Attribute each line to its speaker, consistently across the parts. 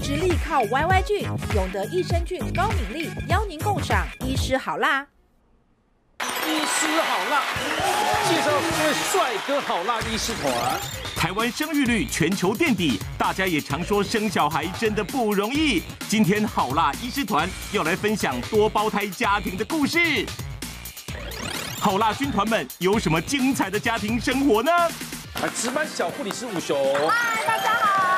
Speaker 1: 直力靠 YY 菌，永德益生菌高敏力，邀您共赏医师好辣。
Speaker 2: 医师好辣，介绍各位帅哥好辣医师团。
Speaker 3: 台湾生育率全球垫底，大家也常说生小孩真的不容易。今天好辣医师团要来分享多胞胎家庭的故事。好辣军团们有什么精彩的家庭生活呢？
Speaker 2: 啊，值班小护理师吴雄。
Speaker 4: 嗨，大家好。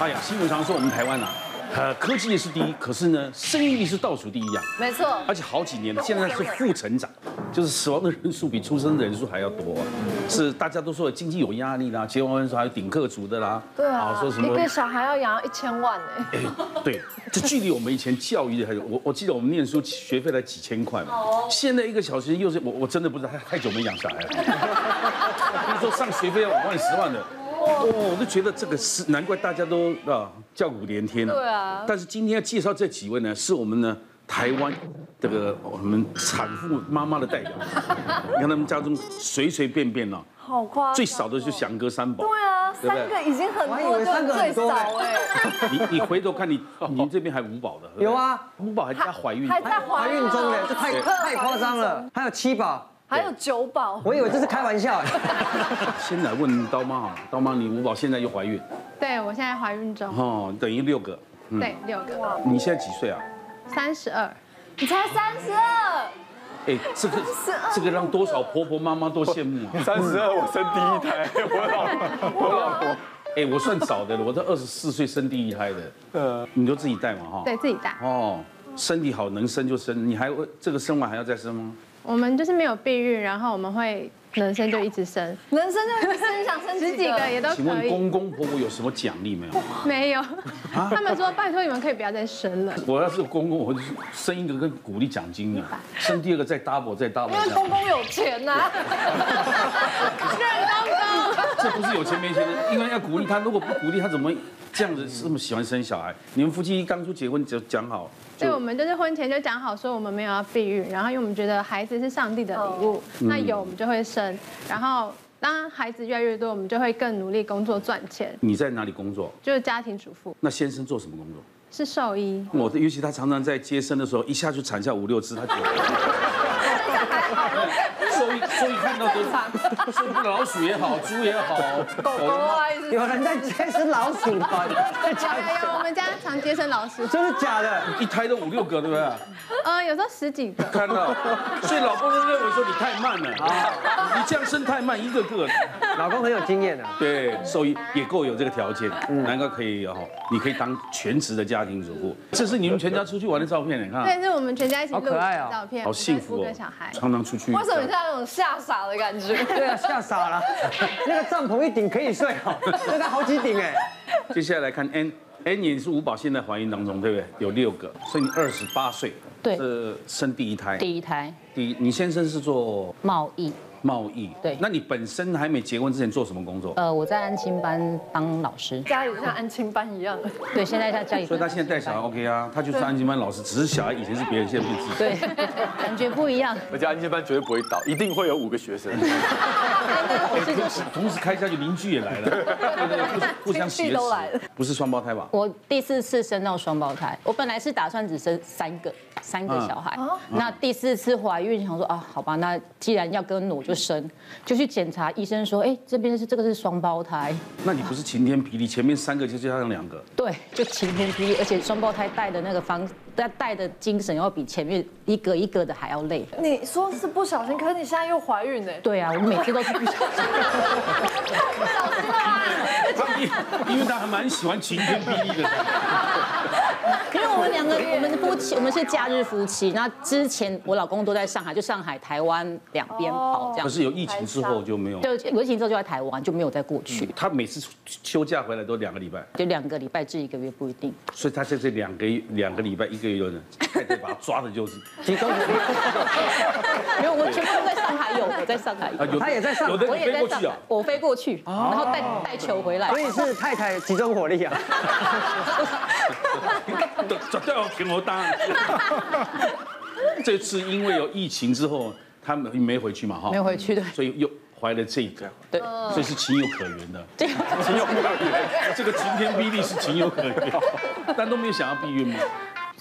Speaker 2: 哎呀，新闻常说我们台湾呐、啊，呃，科技也是第一，可是呢，生育率是倒数第一啊。
Speaker 4: 没错，
Speaker 2: 而且好几年了，现在是负成长，就是死亡的人数比出生的人数还要多、啊，是大家都说经济有压力啦，结婚说还有顶客族的啦，
Speaker 4: 对啊，
Speaker 2: 说什
Speaker 4: 一
Speaker 2: 么
Speaker 4: 个小孩要养一千万呢。
Speaker 2: 哎 对，这距离我们以前教育的还有，我我记得我们念书学费才几千块嘛，
Speaker 4: 哦
Speaker 2: 现在一个小时又是我我真的不知道，太太久没养小孩了， 比如说上学费要五万十万的。哦，我就觉得这个是难怪大家都啊叫苦连天了。
Speaker 4: 对啊
Speaker 2: 但是今天要介绍这几位呢，是我们呢台湾这个我们产妇妈妈的代表。你看他们家中随随便便呢、
Speaker 4: 好夸张哦
Speaker 2: 最少的就翔哥三宝。
Speaker 4: 对啊，
Speaker 2: 对不对
Speaker 4: 三个已经很
Speaker 5: 我还以
Speaker 4: 多，
Speaker 5: 为
Speaker 4: 就
Speaker 5: 三
Speaker 4: 是
Speaker 5: 个
Speaker 4: 最
Speaker 5: 很多
Speaker 4: 少哎，
Speaker 2: 你你回头看你你这边还五宝的。对不对
Speaker 5: 有啊，
Speaker 2: 五宝还加怀孕。
Speaker 4: 还在怀
Speaker 5: 怀
Speaker 4: 孕
Speaker 5: 孕中
Speaker 4: 呢
Speaker 5: 嘞，，这太太夸张了。还有七宝，
Speaker 4: 还有九宝，
Speaker 5: 我以为这是开玩笑哎。
Speaker 2: 先来问刀妈好了，刀妈你五宝现在又怀孕
Speaker 6: 对，我现在怀孕中，
Speaker 2: 哦，等于六个。
Speaker 6: 对，六个，
Speaker 2: 你现在几岁啊？
Speaker 6: 三十二，
Speaker 4: 你才三十二，
Speaker 2: 哎，这个这个让多少婆婆妈妈都羡慕啊！
Speaker 7: 三十二，我生第一 胎，我老我老婆，
Speaker 2: 哎，我算早的了，我都二十四岁生第一胎的。
Speaker 7: 呃，
Speaker 2: 你都自己带嘛哈？
Speaker 6: 对。自己带。
Speaker 2: 哦，身体好能生就生，你还会这个生完还要再生吗？
Speaker 6: 我们就是没有避孕，然后我们会能生就一直生，
Speaker 4: 人生就生想生
Speaker 6: 十
Speaker 4: 几
Speaker 6: 几
Speaker 4: 个
Speaker 6: 个也都
Speaker 2: 请
Speaker 6: 可
Speaker 2: 问
Speaker 6: 以。
Speaker 2: 公啊公婆婆有什么奖励没有？
Speaker 6: 没有，他们说拜托你们可以不要再生了。
Speaker 2: 我要是公公，我就生一个跟鼓励奖金啊，生第二个再 double 再 double
Speaker 4: 因为
Speaker 2: 这
Speaker 4: 公
Speaker 2: 样。
Speaker 4: 公有钱 呐、任公公。
Speaker 2: 这不是有钱没钱 的，因为要鼓励他，如果不鼓励他，怎么会这样子这么喜欢生小孩？你们夫妻刚出结婚就讲好，
Speaker 6: 对，我
Speaker 2: 就
Speaker 6: 们就是婚前就讲好说我们没有要避孕，然后因为我们觉得孩子是上帝的礼
Speaker 4: 哦
Speaker 6: 物，
Speaker 2: 嗯
Speaker 6: 那有我们就会生，然后当孩子越来越多，我们就会更努力工作赚钱，
Speaker 2: 你在哪里工作？
Speaker 6: 就是家庭主妇
Speaker 2: 那先生做什么工作？
Speaker 6: 是兽医。
Speaker 2: 我的，尤其他常常在接生的时候，一下就产下五六只，他觉得。所以，所以看到都，所以老鼠也好，猪也好，狗
Speaker 4: 狗啊，一直
Speaker 5: 有人在接生老鼠吗？在
Speaker 6: 有
Speaker 5: 家
Speaker 4: 哎
Speaker 5: 里
Speaker 6: 有有，我们家常接生老鼠，
Speaker 5: 真的假的？
Speaker 2: 一胎都五六个，对不对？
Speaker 6: 呃，有时候十几个。
Speaker 2: 看到，所以老公就认为说你太慢了，你这样生太慢，一个个。
Speaker 5: 啊老公很有经验的。嗯
Speaker 2: 对，兽医也够有这个条件，难怪可以哦，你可以当全职的家庭主妇。这是你们全家出去玩的照片，你看，
Speaker 6: 对，是我们全家一起
Speaker 5: 好
Speaker 6: 录
Speaker 5: 可爱哦
Speaker 6: 的照片，
Speaker 2: 好幸福
Speaker 6: 五
Speaker 2: 哦
Speaker 6: 个小孩，。
Speaker 2: 常常出去。
Speaker 4: 为什么你像那种吓傻的感觉？
Speaker 5: 对啊， 吓傻了。那个帐篷一顶可以睡哦，那个好几顶哎。
Speaker 2: 接下来看 N。N 也是五宝现在怀孕当中，对不对？有六个，所以你二十八岁，
Speaker 8: 对
Speaker 2: 是生第一胎。
Speaker 8: 第一胎
Speaker 2: 第一，你先生是做
Speaker 8: 贸易，
Speaker 2: 贸易，
Speaker 8: 对
Speaker 2: 那你本身还没结婚之前做什么工作？
Speaker 8: 呃，我在安亲班当老师，
Speaker 4: 家里像安亲班一样，
Speaker 8: 对，现在在家里，
Speaker 2: 所以他现在带小孩 OK 啊，他就是安亲班老师，只是小孩以前是别人，现在变自己。
Speaker 8: 对，感觉不一 样，
Speaker 7: 而且安心班绝对不会倒，一定会有五个学生。
Speaker 2: 哎，同时同时开下去，邻居也来了，对不对？互相 互相挟
Speaker 4: 亲戚都来
Speaker 2: 持，不是双胞胎吧？
Speaker 8: 我第四次生到双胞胎，我本来是打算只生三个，三个小孩。那第四次怀孕，想说啊，好吧，那既然要跟我就生，就去检查，医生说，哎，这边是这个是双胞胎，
Speaker 2: 那你不是晴天霹雳，前面三个就加上两个，
Speaker 8: 对，就晴天霹雳，而且双胞胎带的那个方，带带的精神要比前面一个一个的还要累。
Speaker 4: 你说是不小心，可是你现在又怀孕呢。
Speaker 8: 对啊，我每次都是不小心。
Speaker 2: 因为他还蛮喜欢晴天霹雳的。
Speaker 8: 因为我们两个，我们夫妻，我们是假日夫妻。那之前我老公都在上海，就上海、台湾两边
Speaker 5: 哦
Speaker 8: 跑
Speaker 2: 可
Speaker 8: 这样。
Speaker 2: 是有疫情之后就没有，
Speaker 8: 就疫情之后就在台湾，就没有再过去，
Speaker 2: 他每次休假回来都两个礼拜，
Speaker 8: 就两个礼拜至一个月不一 定。
Speaker 2: 所以他在这两个两个礼拜一个月有人，太太把他抓的就是
Speaker 5: 集中火力。
Speaker 8: 因为我全部都在上海有，我在上海
Speaker 2: 啊，
Speaker 8: 有，
Speaker 2: 有的
Speaker 5: 他也在上海哦
Speaker 2: 有的
Speaker 8: 我
Speaker 2: 你
Speaker 8: 也
Speaker 2: 飞
Speaker 8: 在
Speaker 2: 过
Speaker 8: 上
Speaker 2: 去
Speaker 8: 海
Speaker 2: 啊，，
Speaker 8: 我飞过去，然后带带球回来
Speaker 5: 所。以是太太集中火力啊。
Speaker 2: 对绝对要给我当。 这次因为有疫情之后，他们没回去嘛哈，
Speaker 8: 没有回去对
Speaker 2: 所以又怀了这个，
Speaker 8: 对，
Speaker 2: 所以是情有可原的。
Speaker 8: 这个
Speaker 2: 情有可原，这个晴天霹雳是情有可原，但都没有想要避孕嘛。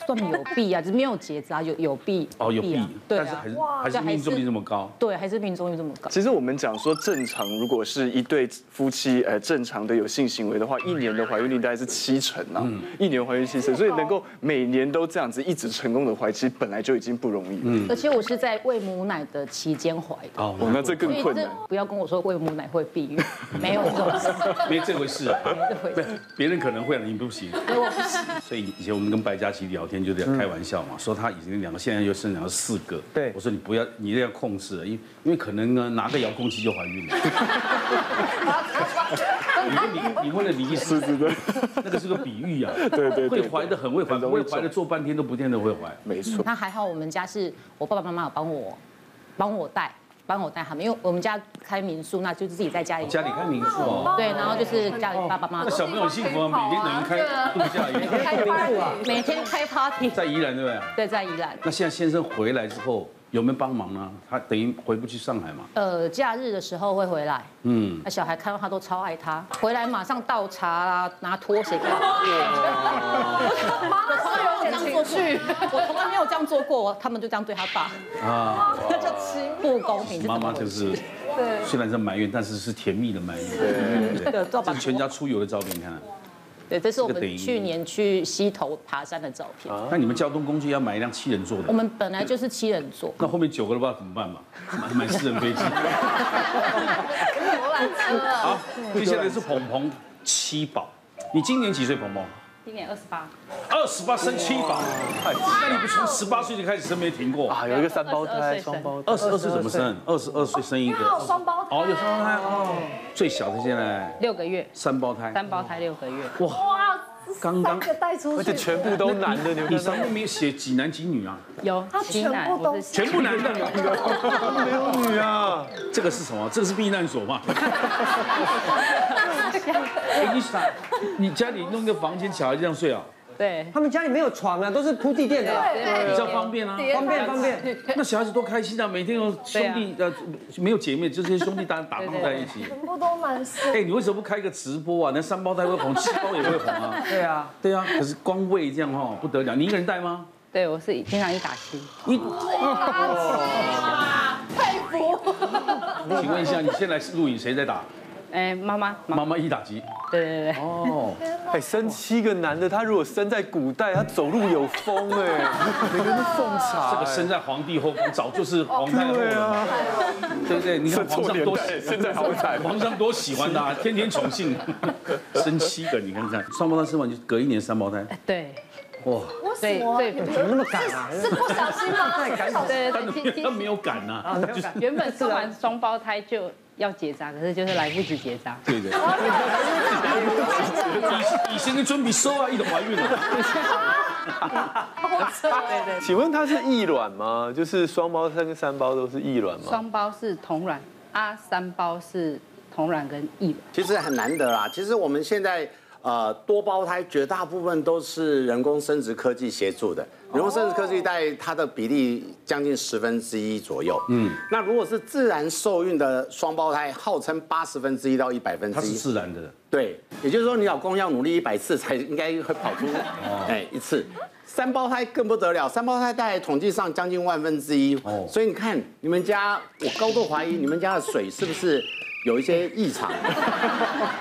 Speaker 8: 算有弊啊，只是没有结扎，有有弊
Speaker 2: 哦，有
Speaker 8: 啊
Speaker 2: 避，
Speaker 8: 对
Speaker 2: 但是
Speaker 8: 啊
Speaker 2: 还，是还是
Speaker 8: 这还
Speaker 2: 命中率
Speaker 8: 是
Speaker 2: 这么高。
Speaker 8: 对，还是命中率这么高。
Speaker 7: 其实我们讲说，正常如果是一对夫妻，呃，正常的有性行为的话，一年的怀孕率大概是七成啊，
Speaker 2: 嗯
Speaker 7: 一年怀孕七成，所以能够每年都这样子一直成功的怀，其实本来就已经不容易。嗯，
Speaker 8: 而且我是在喂母奶的期间怀的，
Speaker 2: 哦，
Speaker 7: 那这更
Speaker 8: 所以
Speaker 7: 困
Speaker 8: 这
Speaker 7: 难。
Speaker 8: 不要跟我说喂母奶会 避孕，没有这种事。
Speaker 2: 没这回事啊，不是别人可能会，你不行。所以以前我们跟白嘉琪聊天就这样开玩笑嘛，说他已经两个，现在又生两个四个。
Speaker 5: 对
Speaker 2: 我说你不要，你这样控制了，因因为可能呢拿个遥控器就怀孕了。你你你问了李医师，
Speaker 7: 是的，
Speaker 2: 那个是个比喻啊。
Speaker 7: 对对对
Speaker 2: 会怀的很会怀，
Speaker 7: 很
Speaker 2: 不
Speaker 7: 容易
Speaker 2: 会怀的做半天都不见得会怀。
Speaker 7: 没错。
Speaker 8: 嗯那还好，我们家是我爸爸妈妈有帮我帮我带帮我带他们，因为我们家开民宿，那就自己在家里
Speaker 2: 家里看民宿哦，
Speaker 8: 对，然后就是家里爸爸妈
Speaker 2: 那
Speaker 8: 妈
Speaker 2: 小朋友很幸福啊，每天等于开度假一样，
Speaker 4: 开
Speaker 5: 民宿啊
Speaker 4: party
Speaker 8: 每天开 party，
Speaker 2: 在宜兰对不对？
Speaker 8: 对，在宜兰。
Speaker 2: 那现在先生回来之后有没有帮忙呢？他等于回不去上海嘛？
Speaker 8: 呃，假日的时候会回来，
Speaker 2: 嗯。
Speaker 8: 那小孩看到他都超爱他，回来马上倒茶啦，拿拖鞋给他。
Speaker 4: 妈妈是有点情绪，
Speaker 8: 我从来没有这样做过，他们就这样对他爸，
Speaker 2: 啊，
Speaker 8: 那就不公平。
Speaker 2: 妈妈就是，虽然在埋怨，但是是甜蜜的埋怨。对
Speaker 8: 对
Speaker 2: 这
Speaker 8: 照把
Speaker 2: 是全家出游的照片，你看。
Speaker 8: 对，这是我
Speaker 2: 这个等于
Speaker 8: 们去年去溪头爬山的照片。
Speaker 2: 那你们交通工具要买一辆七人座
Speaker 8: 我
Speaker 2: 的，
Speaker 8: 们本来就是七人座，
Speaker 2: 那后面九个的不知道怎么办嘛，买 买私人飞机。
Speaker 4: 我懒车了。
Speaker 2: 好，接下来是鹏鹏七宝，你今年几岁？鹏鹏
Speaker 8: 今年二十八，
Speaker 2: 二十八生七宝，哎那你不从十八岁就开始生没停过？
Speaker 7: 啊，有一个三胞
Speaker 8: 22
Speaker 7: 胎、
Speaker 8: 岁
Speaker 7: 双胞胎，
Speaker 2: 二十二岁怎么生？二十二岁生一个
Speaker 4: 因为还有双胞胎
Speaker 2: 哦，有双胞胎哦，最小的现在
Speaker 8: 六个月，
Speaker 2: 三胞胎，
Speaker 8: 三胞胎六个月。
Speaker 4: 哇，
Speaker 2: 刚刚
Speaker 4: 三个带出
Speaker 7: 而且
Speaker 4: 去，
Speaker 7: 全部都男的，你
Speaker 2: 你
Speaker 7: 们
Speaker 2: 上面没有写几男几女啊？
Speaker 8: 有，
Speaker 4: 他
Speaker 8: 七
Speaker 4: 全
Speaker 8: 男
Speaker 4: 部
Speaker 8: 我
Speaker 4: 都
Speaker 8: 是
Speaker 4: 是
Speaker 2: 全部男 的，没有女啊。这个是什么？这个是避难所 嘛？哎，你傻，你家里弄个房间，小孩这样睡啊？
Speaker 8: 对，
Speaker 5: 他们家里没有床啊，都是铺地垫的啊，
Speaker 2: 比较方便啊，
Speaker 5: 方便方便。
Speaker 2: 那小孩子多开心啊！每天有兄弟
Speaker 5: 啊
Speaker 2: 呃，没有姐妹，就这些兄弟搭打闹在一起。
Speaker 4: 全部都男生。
Speaker 2: 哎，你为什么不开个直播啊？那三胞胎会红，七胞也会红啊。
Speaker 5: 对啊，
Speaker 2: 对啊，可是光喂这样哈不得了，你一个人带吗？
Speaker 8: 对我是经常一打七，
Speaker 2: 你，佩服。请问一下，你现在是录影谁在打？
Speaker 8: 哎，妈妈，
Speaker 2: 妈妈一打击。
Speaker 8: 对对对，
Speaker 2: 哦，
Speaker 7: 哎，生七个男的，他如果生在古代，他走路有风哎，每个人都奉茶。
Speaker 2: 这个生在皇帝后宫，早就是皇太后
Speaker 7: 对
Speaker 2: 了嘛，
Speaker 7: 啊，
Speaker 2: 对不对？你看
Speaker 7: 这
Speaker 2: 皇
Speaker 7: 错
Speaker 2: 上
Speaker 7: 年
Speaker 2: 多
Speaker 7: 代，
Speaker 2: 喜，
Speaker 7: 现在好惨。
Speaker 2: 皇上多喜欢 他，天天宠幸，生七个，你看看，双胞胎生完就隔一年三胞胎，
Speaker 8: 对
Speaker 2: 哇，
Speaker 4: 为什么啊？
Speaker 8: 对
Speaker 4: 你们
Speaker 5: 怎么那么赶啊？
Speaker 4: 是不小心吗？是不小心。
Speaker 8: 对
Speaker 2: 他怎
Speaker 8: 对
Speaker 2: 么
Speaker 8: 对，其
Speaker 2: 他
Speaker 8: 其
Speaker 2: 没有啊敢呐？
Speaker 8: 原本生完双胞胎就要结扎，可是就是来不及结扎。
Speaker 2: 对的，以以前跟尊比收啊，一种怀孕了，
Speaker 4: 哦
Speaker 7: 请问他是异卵吗？就是双胞胎跟三胞都是异卵吗？
Speaker 9: 双胞是同卵，啊，三胞是同卵跟异卵。
Speaker 10: 其实很难得啦。其实我们现在呃多胞胎绝大部分都是人工生殖科技协助的，
Speaker 2: 哦
Speaker 10: 人工生殖科技在它的比例将近十分之一左右。嗯，那如果是自然受孕的双胞胎，号称八十分之一到一百分
Speaker 2: 它
Speaker 10: 之
Speaker 2: 是
Speaker 10: 一。
Speaker 2: 自然的，
Speaker 10: 对，也就是说你老公要努力一百次才应该会跑出哎一次。三胞胎更不得了，三胞胎在统计上将近万分之一
Speaker 2: 哦，
Speaker 10: 所以你看你们家，我高度怀疑你们家的水是不是有一些异常，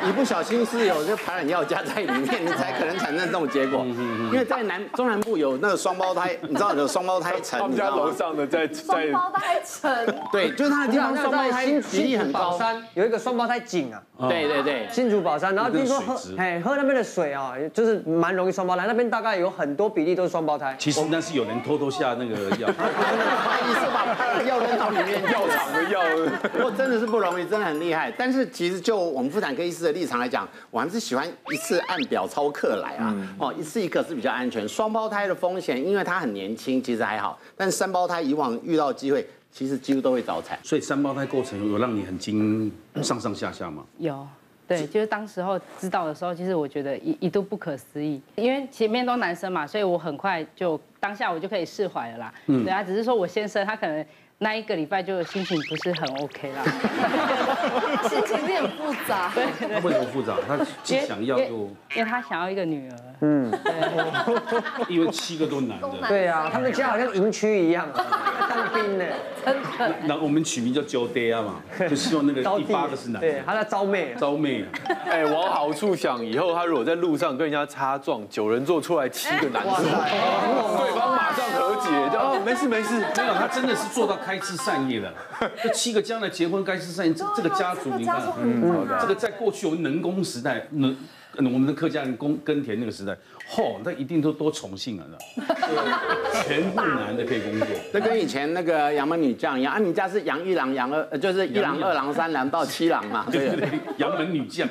Speaker 10: 一不小心是有这排卵药加在里面，你才可能产生这种结果。因为在南中南部有那个双胞胎，你知道有双胞胎
Speaker 7: 他
Speaker 10: 城，
Speaker 7: 们
Speaker 10: 你知
Speaker 7: 家
Speaker 10: 道
Speaker 7: 楼
Speaker 10: 吗？
Speaker 7: 上的在在
Speaker 4: 双胞胎城，
Speaker 10: 对，就是它的地方双胞胎
Speaker 5: 新
Speaker 10: 比例
Speaker 5: 新
Speaker 10: 很
Speaker 5: 竹宝
Speaker 10: 高。
Speaker 5: 山有一个双胞胎井啊，
Speaker 10: 对对对，
Speaker 5: 新竹宝山，然后听说
Speaker 2: 那
Speaker 5: 喝
Speaker 2: 个嗯水质，
Speaker 5: 哎，喝那边的水啊，就是蛮容易双胞胎，那边大概有很多比例都是双胞胎。
Speaker 2: 其实那是有人偷偷下那个 药，
Speaker 10: 怀疑是把排卵药扔到里面
Speaker 7: 药厂的药，
Speaker 10: 不过真的是不容易，真的很厉害。但是其实就我们妇产科医师的立场来讲，我还是喜欢一次按表操课来啊。哦，一次一个是比较安全。双胞胎的风险，因为他很年轻，其实还好。但三胞胎以往遇到机会，其实几乎都会早产。
Speaker 2: 所以三胞胎过程有让你很惊上上下下嘛？
Speaker 9: 有，对，就是当时候知道的时候，其实我觉得一一度不可思议，因为前面都男生嘛，所以我很快就当下我就可以释怀了啦。对啊，只是说我先生他可能。那一个礼拜就心情不是很 OK 啦。
Speaker 4: 心情是很复 杂。对
Speaker 2: 那为什么复杂？他既想要
Speaker 9: 因为
Speaker 2: 又
Speaker 9: 因为他想要一个女儿。
Speaker 2: 嗯，因为七个都男的，
Speaker 5: 对啊，他们家好像营区一样啊，当兵呢，
Speaker 2: 那我们取名叫娇爹啊嘛，就希望那个第八个是男
Speaker 5: 对，
Speaker 2: 的，
Speaker 5: 他在招妹。
Speaker 2: 招妹啊，
Speaker 11: 哎，往好处想，以后他如果在路上跟人家擦撞，九人座出来七个男生， 对方马上和解，就哦没事没事，
Speaker 2: 没有，他真的是做到开枝散叶 了。这七个将来结婚开枝散叶，这这个家族你看
Speaker 4: 啊这个家族，嗯很大
Speaker 2: 这个在过去我们农工时代，农我们的客家人工耕田那个时代，嚯，那一定都多重姓 了，全部男的可以工作。
Speaker 10: 这跟以前那个杨门女将一样啊，你家是杨一郎、杨二，呃就是一郎、二郎、三郎到七郎嘛，对
Speaker 2: 对
Speaker 11: 啊
Speaker 2: 对，杨门女将，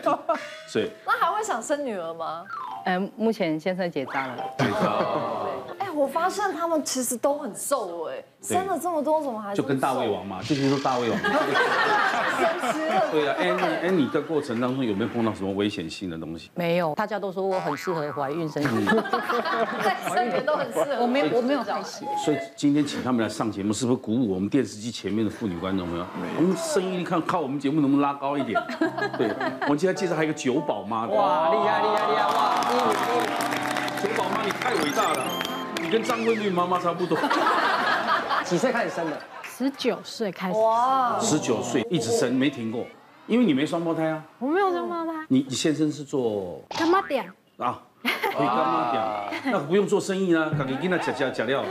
Speaker 2: 所以
Speaker 4: 那还会想生女儿吗？
Speaker 9: 嗯，目前先生结扎了，
Speaker 4: 哎，我发现他们其实都很瘦哎，
Speaker 2: 对
Speaker 4: 生了这么多，怎么还
Speaker 2: 就跟大胃王
Speaker 11: 哦
Speaker 2: 嘛，就是说大胃 王。
Speaker 4: 神奇了？
Speaker 2: 对啊，哎你哎，你在过程当中有没有碰到什么危险性的东西？
Speaker 8: 没有，大家都说我很适合怀孕生子，
Speaker 4: 对，生女儿都很适合。
Speaker 8: 我没有，我没有开始。
Speaker 2: 所以今天请他们来上节目，是不是鼓舞我们电视机前面的妇女观众朋友？我们生育力看靠我们节目能不能拉高一 点？对，我们今天介绍还有一个九宝妈的，
Speaker 5: 哇，厉害厉害厉害！哇，
Speaker 2: 九宝妈你太伟大了，你跟张惠妹妈妈差不多，
Speaker 5: 几岁开始生的？
Speaker 6: 十九岁开始，
Speaker 4: 哇，
Speaker 2: 十九岁一直生没停过，因为你没双胞胎啊，
Speaker 6: 我没有双胞胎，
Speaker 2: 你你先生是做
Speaker 6: 干妈点，
Speaker 2: 啊。可以干妈点，那不用做生意啊啦，赶紧跟他讲讲讲料。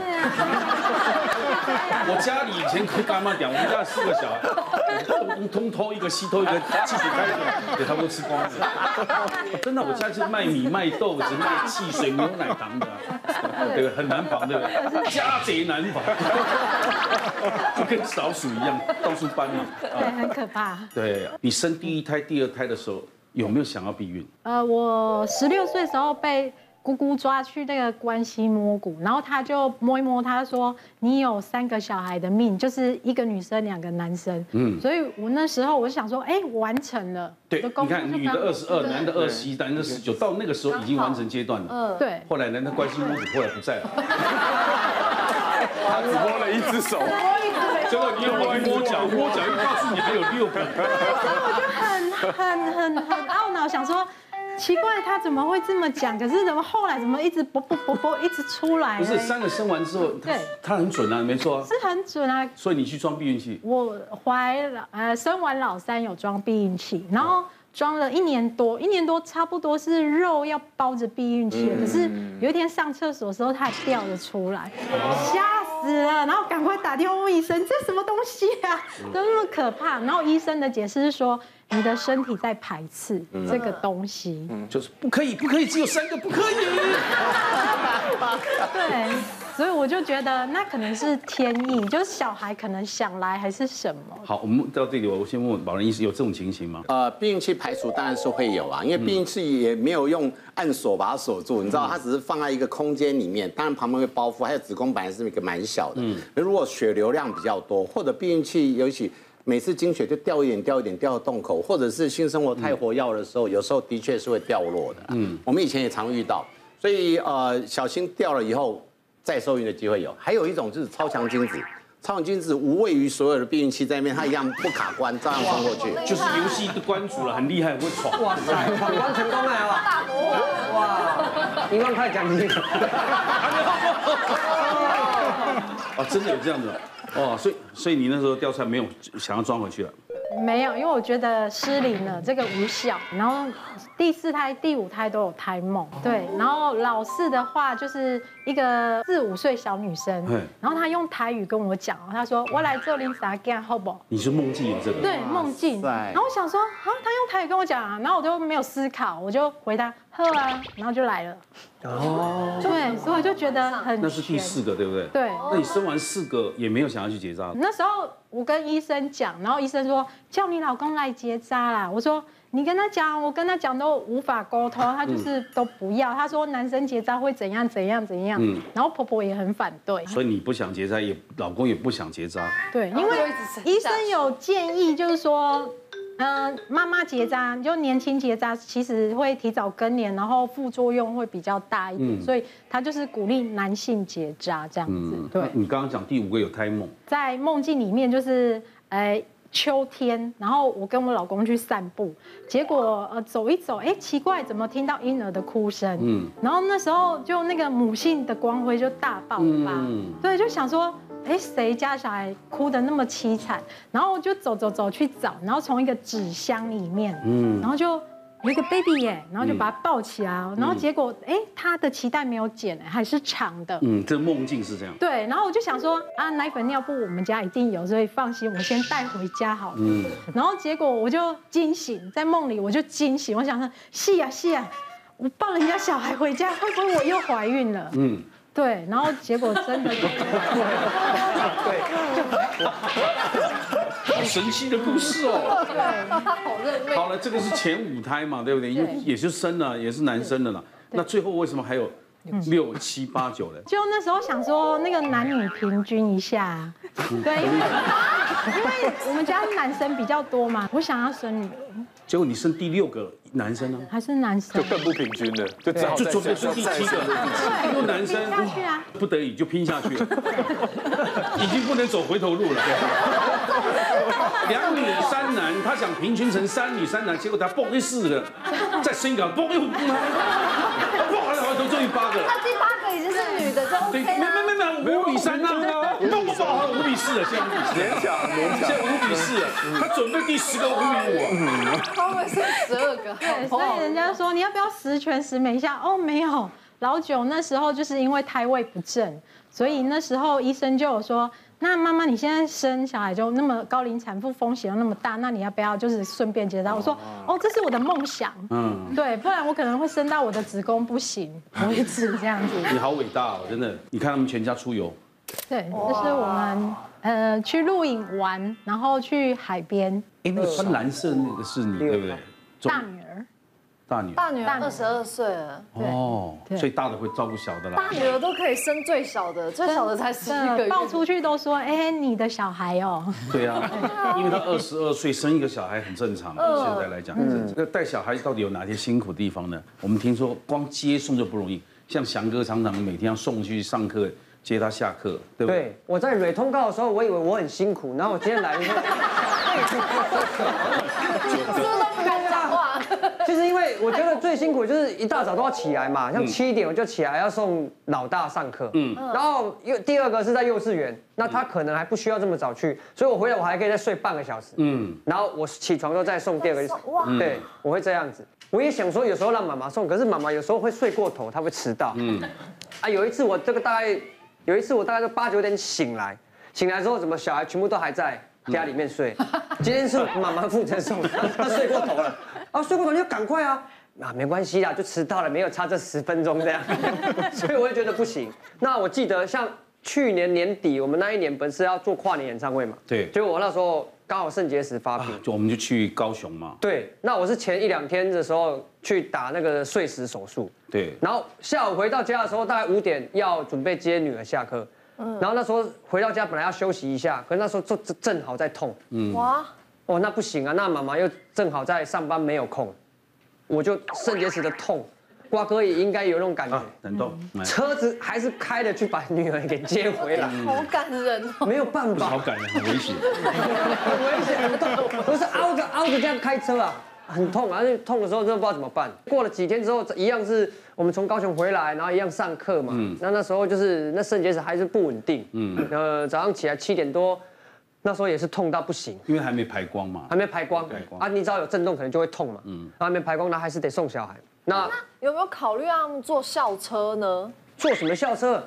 Speaker 2: 我家里以前可以干妈点，我们家有四个小孩， 东东偷一个，西偷一个，自己开的，给他们都吃光了。真的，我家是卖米、卖豆子、卖汽水、牛奶糖的，对不对？很难防的，家贼难防， 就跟老鼠一样到处搬嘛。
Speaker 6: 对，很可怕。
Speaker 2: 对你生第一胎、第二胎的时候，有没有想要避孕？
Speaker 6: 呃，我十六岁的时候被姑姑抓去那个关西摸骨，然后她就摸一摸，她说你有三个小孩的命，就是一个女生，两个男生。
Speaker 2: 嗯
Speaker 6: 嗯，所以我那时候我就想说，哎、我完成了。
Speaker 2: 对，
Speaker 6: 我的功
Speaker 2: 你
Speaker 6: 课
Speaker 2: 看
Speaker 6: 就
Speaker 2: 女的
Speaker 6: 刚好
Speaker 2: 二十二，男的二十一，男的十九，到那个时候已经完成阶段了。
Speaker 4: 嗯，
Speaker 6: 对，
Speaker 2: 后来呢，那关心屋子后来不在了，
Speaker 11: 他只摸了一只手，
Speaker 2: 结果你又摸一摸脚，摸脚又告诉你还有六个，
Speaker 6: 很很很很懊恼，想说。奇怪，他怎么会这么讲？可是怎么后来怎么一直啵啵啵啵一直出来
Speaker 2: 不
Speaker 6: 呢？
Speaker 2: 是三个生完之后，他
Speaker 6: 对
Speaker 2: 他很准啊，没错啊，
Speaker 6: 是很准啊，
Speaker 2: 所以你去装避孕器，
Speaker 6: 我怀老呃生完老三有装避孕器，然后装了一年多，一年多差不多是肉要包着避孕器了，可是有一天上厕所的时候它还掉了出来，吓死了，然后赶快打电话问医生这什么东西啊，都那么可怕。然后医生的解释是说你的身体在排斥这个东西，
Speaker 2: 就是不可以，不可以，只有三个，不可以。
Speaker 6: 对。所以我就觉得那可能是天意，就是小孩可能想来还是什么，
Speaker 2: 好，我们到这里，我先问问保人医师，有这种情形吗？
Speaker 10: 呃，避孕器排除当然是会有啊，因为避孕器也没有用按锁把它锁住，你知道，它只是放在一个空间里面，当然旁边会包覆，还有子宫本来是一个蛮小
Speaker 2: 嗯
Speaker 10: 的，那如果血流量比较多，或者避孕器尤其每次经血就掉一点掉一点掉到洞口，或者是性生活太活跃的时
Speaker 2: 嗯
Speaker 10: 候，有时候的确是会掉落的，嗯，我们以前也常遇到，所以呃，小心掉了以后再受孕的机会有，还有一种就是超强精子。超强精子无畏于所有的避孕器在那边，它一样不卡关，照样冲过去。
Speaker 2: 就是游戏的关主了，很厉害，很会闯。
Speaker 5: 哇塞，闯关成功了啊！哇，一万块奖金，
Speaker 2: 啊，真的有这样子。哦，所以所以你那时候掉出来没有想要装回去了，
Speaker 6: 没有，因为我觉得失灵了，这个无效。然后第四胎、第五胎都有胎梦，对。然后老四的话，就是一个四五岁小女生
Speaker 2: 嘿，
Speaker 6: 然后她用台语跟我讲，她说：“我来做你啥干好不好
Speaker 2: 你是梦境有这？”个，
Speaker 6: 对，梦境。
Speaker 10: 塞
Speaker 6: 然后我想说，啊，她用台语跟我讲啊，然后我就没有思考，我就回答“呵啊”，然后就来了。哦，对，所以我就觉得很
Speaker 2: 那是第
Speaker 6: 悬
Speaker 2: 四个，对不对？
Speaker 6: 对。
Speaker 2: 那你生完四个也没有想要去结扎，
Speaker 6: 那时候我跟医生讲，然后医生说叫你老公来结扎啦。我说你跟他讲，我跟他讲都无法沟
Speaker 2: 嗯
Speaker 6: 通，他就是都不要。他说男生结扎会怎样怎样怎样，然后婆婆也很反对。
Speaker 2: 嗯所以你不想结扎，也老公也不想结扎。
Speaker 6: 对，因为
Speaker 4: 就一直生
Speaker 6: 医生有建议，就是说嗯，妈妈结扎就年轻结扎，其实会提早更年，然后副作用会比较大一点，
Speaker 2: 嗯
Speaker 6: 所以他就是鼓励男性结扎这样子。
Speaker 2: 嗯，
Speaker 6: 对，
Speaker 2: 你刚刚讲第五个有胎梦，
Speaker 6: 在梦境里面就是呃秋天，然后我跟我老公去散步，结果呃走一走，哎奇怪，怎么听到婴儿的哭声？嗯
Speaker 4: 嗯，
Speaker 6: 然后那时候就那个母性的光辉就大爆发，
Speaker 4: 嗯
Speaker 6: 对，就想说。哎，谁家小孩哭得那么凄惨？然后我就走走走去找，然后从一个纸箱里面，嗯，
Speaker 4: 嗯
Speaker 6: 然后就有一个 baby 耶，然后就
Speaker 2: 嗯
Speaker 6: 把它抱起来哦，然后结果哎，他的脐带没有剪，还是长的，
Speaker 2: 嗯，这梦境是这样，
Speaker 6: 对，然后我就想说啊，奶粉尿布我们家一定有，所以放心，我先带回家好了。
Speaker 2: 嗯，
Speaker 6: 然后结果我就惊醒，在梦里我就惊醒，我想说是呀是呀，我抱人家小孩回家，会不会我又怀孕了？
Speaker 2: 嗯，
Speaker 6: 对，然后结果真的，
Speaker 2: 好神奇的故事哦。
Speaker 4: 啊好 热
Speaker 2: 好了，这个是前五胎嘛，对不对？因为
Speaker 6: 对
Speaker 2: 也就生了，也是男生的啦。那最后为什么还有六七八九呢？
Speaker 6: 就那时候想说那个男女平均一下啊，
Speaker 2: 嗯
Speaker 6: 对，因为因为我们家男生比较多嘛，我想要生女儿，
Speaker 2: 结果你生第六个男生呢？
Speaker 6: 还是男生
Speaker 11: 就。更不平均了，就只好
Speaker 2: 就
Speaker 11: 再
Speaker 2: 准备是
Speaker 11: 生
Speaker 2: 第七个，
Speaker 6: 对
Speaker 2: 因为男生
Speaker 6: 拼下去啊
Speaker 2: 不得已就拼下去 了，已经不能走回头路了。两女三男，他想平均成三女三男，结果他蹦一四个，再生一个，蹦又蹦，蹦完了回头终于八个了。
Speaker 4: 那第八个已经是女的，就
Speaker 2: 对，没
Speaker 4: OK 啦。
Speaker 2: 没没没，五比三啊，不不不，五比四了，现在五比四，
Speaker 11: 勉强勉强
Speaker 2: 现在五比四了，他准备第十个五比五啊。
Speaker 4: 他会生十二个，
Speaker 6: 对，所以人家说你要不要十全十美一下？哦，没有，老九那时候就是因为胎位不正，所以那时候医生就有说，那妈妈你现在生小孩就那么高龄产妇风险又那么大，那你要不要就是顺便结扎？我说哦，这是我的梦想，
Speaker 2: 嗯，
Speaker 6: 对，不然我可能会生到我的子宫不行为止这样子。
Speaker 2: 你好伟大哦，真的，你看他们全家出游，
Speaker 6: 对，这是我们呃去露营玩，然后去海边。
Speaker 2: 哎，那个穿蓝色那个是你对不对？中
Speaker 6: 大女儿，
Speaker 2: 大女
Speaker 4: 大女儿二十二岁了，
Speaker 2: 哦，所以大的会照顾小的啦。
Speaker 4: 大女儿都可以生最小的，最小的才十一个
Speaker 6: 真
Speaker 4: 月
Speaker 6: 的。抱出去都说，哎，你的小孩哦。
Speaker 2: 对 啊，因为他二十二岁生一个小孩很正常，
Speaker 6: 嗯
Speaker 2: 现在来讲，那带小孩到底有哪些辛苦地方呢？我们听说光接送就不容易，像翔哥常常每天要送去上课，接他下课，对不对？
Speaker 5: 对，我在蕊通告的时候，我以为我很辛苦，然后我今天来 的时候，
Speaker 4: 都不敢讲话。
Speaker 5: 就是因为我觉得最辛苦就是一大早都要起来嘛，像
Speaker 4: 嗯
Speaker 5: 七点我就起来要送老大上课，嗯
Speaker 4: 嗯，
Speaker 5: 然后又第二个是在幼稚园，那他可能还不需要这么早去，所以我回来我还可以再睡半个小时，
Speaker 2: 嗯，
Speaker 5: 然后我起床之后再送第二个
Speaker 4: 哇，
Speaker 5: 对，我会这样子。我也想说有时候让妈妈送，可是妈妈有时候会睡过头，她会迟到，嗯，啊，有一次我这个大概，有一次我大概都八九点醒来，醒来之后怎么小孩全部都还在家里面睡，今天是妈妈负责送，她睡过头了，啊睡过头你就赶快啊，啊没关系啦，就迟到了，没有差这十分钟这样，所以我也觉得不行。那我记得像去年年底，我们那一年本是要做跨年演唱会嘛，
Speaker 2: 对，
Speaker 5: 结果我那时候刚好肾结石发病，
Speaker 2: 就我们就去高雄嘛，
Speaker 5: 啊对，那我是前一两天的时候去打那个碎石手术，
Speaker 2: 对，
Speaker 5: 然后下午回到家的时候，大概五点要准备接女儿下课。
Speaker 4: 嗯
Speaker 5: 然后那时候回到家本来要休息一下，可是那时候就正正好在痛。嗯，
Speaker 4: 哇，
Speaker 5: 哦，那不行啊，那妈妈又正好在上班没有空，我就肾结石的痛，瓜哥也应该有那种感觉。
Speaker 2: 等到来
Speaker 5: 车子还是开的去把女儿给接回来，
Speaker 12: 嗯
Speaker 4: 好感人哦。
Speaker 5: 没有办
Speaker 2: 不是
Speaker 5: 法，
Speaker 2: 好感人，很危险。
Speaker 5: 很危险，很痛，不是凹着凹着这样开车啊，很痛啊，而且痛的时候真的不知道怎么办。过了几天之后，一样是我们从高雄回来，然后一样上课嘛，
Speaker 2: 嗯
Speaker 5: 那那时候就是那肾结石还是不稳定，嗯
Speaker 2: 嗯，
Speaker 5: 呃，早上起来七点多，那时候也是痛到不行。
Speaker 2: 因为还没排光嘛，
Speaker 5: 还没排光，
Speaker 2: 光
Speaker 5: 啊，你只要有震动可能就会痛嘛，嗯，然后还没排光，那还是得送小孩。那
Speaker 4: 有没有考虑让他们坐校车呢？
Speaker 5: 坐什么校车？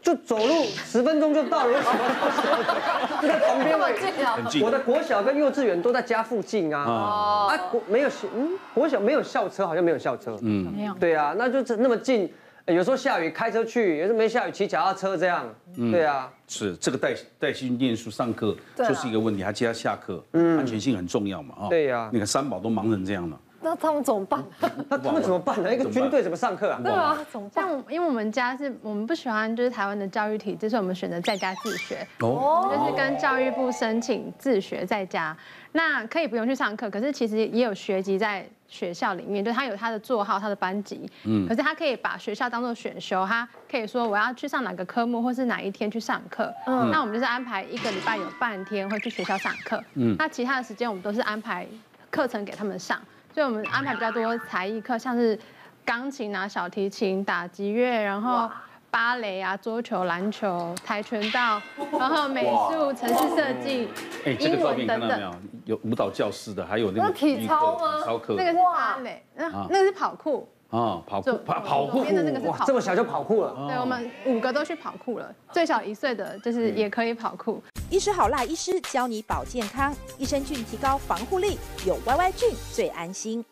Speaker 5: 就走路十分钟就到了，为什么要坐校车？就在旁边
Speaker 4: 这么近啊很
Speaker 5: 而已。
Speaker 4: 近
Speaker 5: 我的国小跟幼稚园都在家附近啊。
Speaker 4: 哦
Speaker 5: 啊，国没有嗯，国小没有校车，好像没有校车。嗯，
Speaker 6: 没有。
Speaker 5: 对啊，那就这那么近，呃有时候下雨开车去，有时候没下雨骑脚踏车这样。对啊，
Speaker 2: 嗯是这个带带去念书上课
Speaker 5: 对啊
Speaker 2: 就是一个问题，还接他下课，安全性很重要嘛啊。
Speaker 5: 嗯对呀
Speaker 2: 你看三宝都忙成这样了，
Speaker 12: 那他们怎么办？
Speaker 5: 那他们怎么办呢？一个军队怎么上课啊？
Speaker 4: 对啊，像我因为我们家是我们不喜欢就是台湾的教育体制，所以我们选择在家自学。
Speaker 5: 哦
Speaker 4: 哦，就是跟教育部申请自学在家，那可以不用去上课，可是其实也有学籍在学校里面，就是他有他的座号、他的班级，
Speaker 13: 嗯
Speaker 4: 嗯，可是他可以把学校当做选修，他可以说我要去上哪个科目，或是哪一天去上课。
Speaker 13: 嗯
Speaker 4: 嗯，那我们就是安排一个礼拜有半天会去学校上课，
Speaker 13: 嗯
Speaker 4: 嗯，那其他的时间我们都是安排课程给他们上，所以我们安排比较多才艺课，像是钢琴啊、小提琴、打击乐，然后芭蕾啊、桌球、篮球、跆拳道，然后美术、
Speaker 2: 哇
Speaker 4: 城市设计
Speaker 2: 哎，、这个
Speaker 4: 英
Speaker 2: 照片
Speaker 4: 文
Speaker 2: 你
Speaker 4: 等
Speaker 2: 看到没有
Speaker 4: 等。？
Speaker 2: 有舞蹈教室的，还有那个体操课，
Speaker 4: 那个是芭蕾，那
Speaker 2: 啊
Speaker 4: 那个是跑酷。
Speaker 2: 啊，跑
Speaker 4: 就
Speaker 2: 酷，跑跑
Speaker 4: 左
Speaker 2: 酷
Speaker 4: 边的哦那个是，跑酷哦
Speaker 5: 跑酷
Speaker 2: 哦
Speaker 5: 了
Speaker 4: 对，我们五个都去跑酷了，最小一岁的就是
Speaker 2: 嗯
Speaker 4: 也可以跑酷。
Speaker 1: 医师好辣医师教你保健康，益生菌提高防护力，有 YY 菌最安心。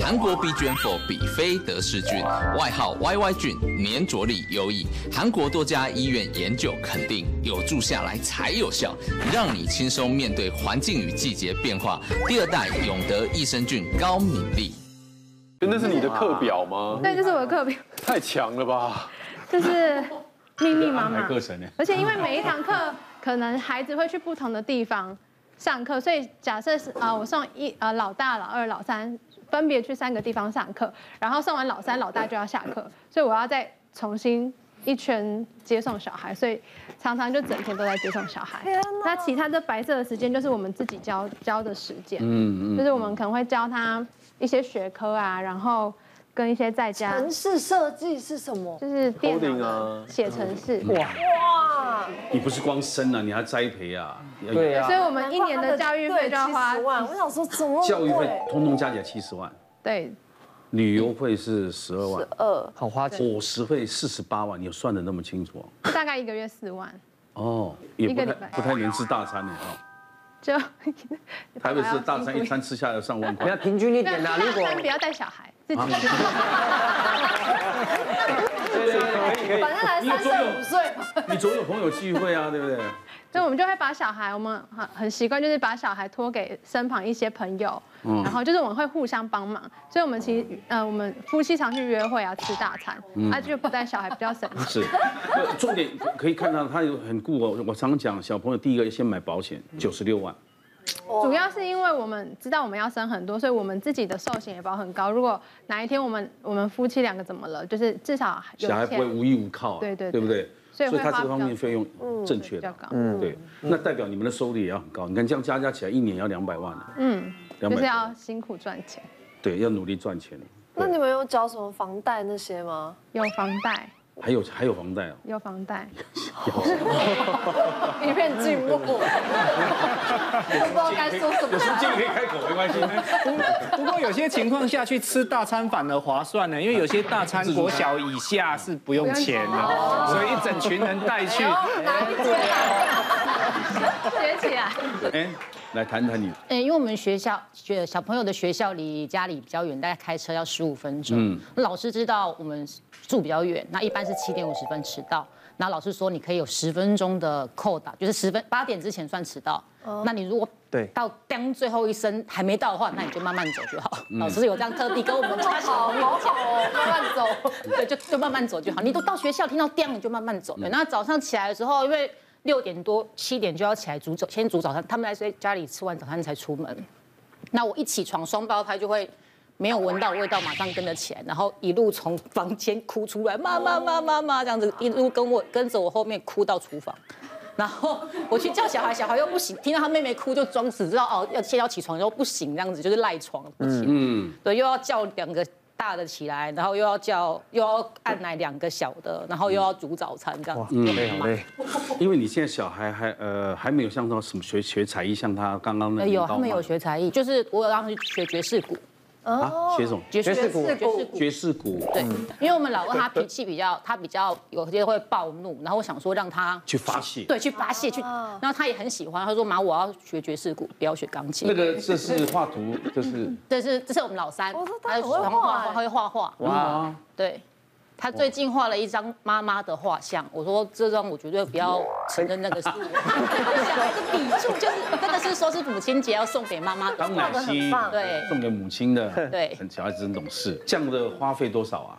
Speaker 14: 韩国鼻卷否比菲德氏菌，外号 YY 菌，粘着力优异。韩国多家医院研究肯定，有住下来才有效，让你轻松面对环境与季节变化。第二代永德益生菌高敏力，
Speaker 11: 那是你的课表吗？
Speaker 4: 对，这是我的课表，
Speaker 11: 太强了吧！
Speaker 4: 就是密密麻麻。
Speaker 11: 程呢
Speaker 4: 而且因为每一堂课可能孩子会去不同的地方上课，所以假设是啊、呃我送一呃老大、老二、老三分别去三个地方上课，然后送完老三、老大就要下课，所以我要再重新一圈接送小孩，所以常常就整天都在接送小孩。那其他的白色的时间就是我们自己教教的时间，
Speaker 13: 嗯嗯
Speaker 4: 嗯嗯，就是我们可能会教他一些学科啊，然后跟一些在家
Speaker 12: 城市设计是什么？
Speaker 4: 就是电脑的
Speaker 2: 啊
Speaker 4: 写程式，
Speaker 2: 哇
Speaker 12: 哇，
Speaker 2: 你不是光生啊，你还栽培啊，
Speaker 5: 对
Speaker 4: 所以我们一年的教育费就要花嗯
Speaker 12: 对70万我想说怎么
Speaker 2: 教育费通通加起来七十万，
Speaker 4: 对
Speaker 2: 旅游费是十二万，
Speaker 4: 二
Speaker 5: 好花
Speaker 4: 钱
Speaker 2: 伙食费四十八万，你算的那么清楚哦
Speaker 4: 大概一个月四万，
Speaker 2: 哦？哦，也不
Speaker 4: 一个
Speaker 2: 太
Speaker 4: 礼拜
Speaker 2: 不太能吃大餐呢啊，
Speaker 4: 就
Speaker 2: 台北市大餐一餐吃下来上万块，
Speaker 5: 你要平均一点呐，
Speaker 4: 大
Speaker 5: 如果
Speaker 4: 餐不要带小孩，自己
Speaker 2: 啊
Speaker 4: 吃。
Speaker 2: 对对对，可以可以，
Speaker 12: 反正来
Speaker 2: 哎你有
Speaker 12: 三
Speaker 2: 总有
Speaker 12: 岁五岁嘛。
Speaker 2: 你总有朋友聚会啊，对不对？
Speaker 4: 所以我们就会把小孩，我们很很习惯，就是把小孩托给身旁一些朋友，
Speaker 2: 嗯
Speaker 4: 然后就是我们会互相帮忙。所以我们其实，呃，我们夫妻常去约会啊，吃大餐，
Speaker 2: 嗯
Speaker 4: 啊，就不带小孩比较省钱。
Speaker 2: 是，那重点可以看到他有很顾我。我常讲，小朋友第一个先买保险，九十六万。
Speaker 4: 主要是因为我们知道我们要生很多，所以我们自己的寿险也保很高。如果哪一天我们我们夫妻两个怎么了，就是至少有
Speaker 2: 小孩不
Speaker 4: 钱
Speaker 2: 会无依无靠、啊，
Speaker 4: 对
Speaker 2: 对
Speaker 4: 对对
Speaker 2: 不对？
Speaker 4: 所以会
Speaker 2: 他
Speaker 4: 花
Speaker 2: 这方
Speaker 4: 比较
Speaker 2: 面费用
Speaker 4: 嗯
Speaker 2: 正确的
Speaker 4: 比较高，
Speaker 2: 嗯，对，那代表你们的收入也要很高。你看这样加加起来，一年要两百万啊，
Speaker 4: 嗯，
Speaker 2: 200
Speaker 4: 就是要辛苦赚钱。
Speaker 2: 对，要努力赚钱。
Speaker 12: 那你们有缴什么房贷那些吗？
Speaker 4: 有房贷，
Speaker 2: 还有还有房贷哦，
Speaker 4: 有房贷，
Speaker 12: 一片静默，不知道该说什么。
Speaker 2: 开口没关 系。
Speaker 15: 不不过有些情况下去吃大餐反而划算呢，因为有些大餐国小以下是不用钱的，所以一整群人带去。
Speaker 4: 学起来。
Speaker 2: 哎，来谈谈你，
Speaker 8: 嗯，因为我们学校学小朋友的学校离家里比较远，大概开车要十五分钟。
Speaker 2: 嗯
Speaker 8: 老师知道我们住比较远，那一般是七点五十分迟到。那老师说你可以有十分钟的扣打，就是十分八点之前算迟到。
Speaker 12: 哦
Speaker 8: 那你如果
Speaker 5: 对
Speaker 8: 到当最后一声还没到的话，那你就慢慢走就好。
Speaker 5: 嗯
Speaker 8: 老师有这样特地跟我们家小朋友
Speaker 12: 好好
Speaker 8: 讲
Speaker 12: 哦慢慢 走，
Speaker 8: 对，就就慢慢走就好。你都到学校听到叮，你就慢慢
Speaker 5: 嗯
Speaker 8: 走。对那早上起来的时候，因为六点多七点就要起来煮早，先煮早餐，他们来在家里吃完早餐才出门。那我一起床，双胞胎就会没有闻到味道，马上跟着起来，然后一路从房间哭出来，妈妈妈妈妈这样子，一路跟我跟着我后面哭到厨房。然后我去叫小孩，小孩又不行，听到他妹妹哭就装死，知道哦要现在要起床，然后不行这样子，就是赖床。
Speaker 2: 嗯
Speaker 8: 对，又要叫两个大的起来，然后又要叫又要按奶两个小的，然后又要煮早餐这样子。
Speaker 2: 嗯， 因为你现在小孩还呃还没有像到什么学学才艺，像他刚刚那
Speaker 8: 呃
Speaker 2: 个
Speaker 8: 有
Speaker 2: 领导
Speaker 8: 他们有
Speaker 2: 嘛
Speaker 8: 学才艺，就是我有让他们去学爵士鼓。
Speaker 2: 啊，学什么？
Speaker 8: 爵士鼓，爵士鼓。
Speaker 2: 爵士鼓，
Speaker 8: 对
Speaker 2: 嗯，
Speaker 8: 因为我们老二他脾气比较，他比较有些会暴怒，然后我想说让他
Speaker 2: 去发泄。
Speaker 8: 对去发泄去，然后他也很喜欢，他说妈我要学爵士鼓，不要学钢琴。
Speaker 2: 那个这是画图，这是
Speaker 8: 这是这是我们老三，他喜欢画画，他会画画。
Speaker 2: 哇
Speaker 8: 对，他最近画了一张妈妈的画像，我说这张我绝对不要承认那个 是我，小孩的笔触就是真的是说是母亲节要送给妈妈的，
Speaker 2: 当奶昔
Speaker 8: 对，
Speaker 2: 送给母亲的，
Speaker 8: 对，
Speaker 2: 小孩子真懂事。这样的花费多少啊？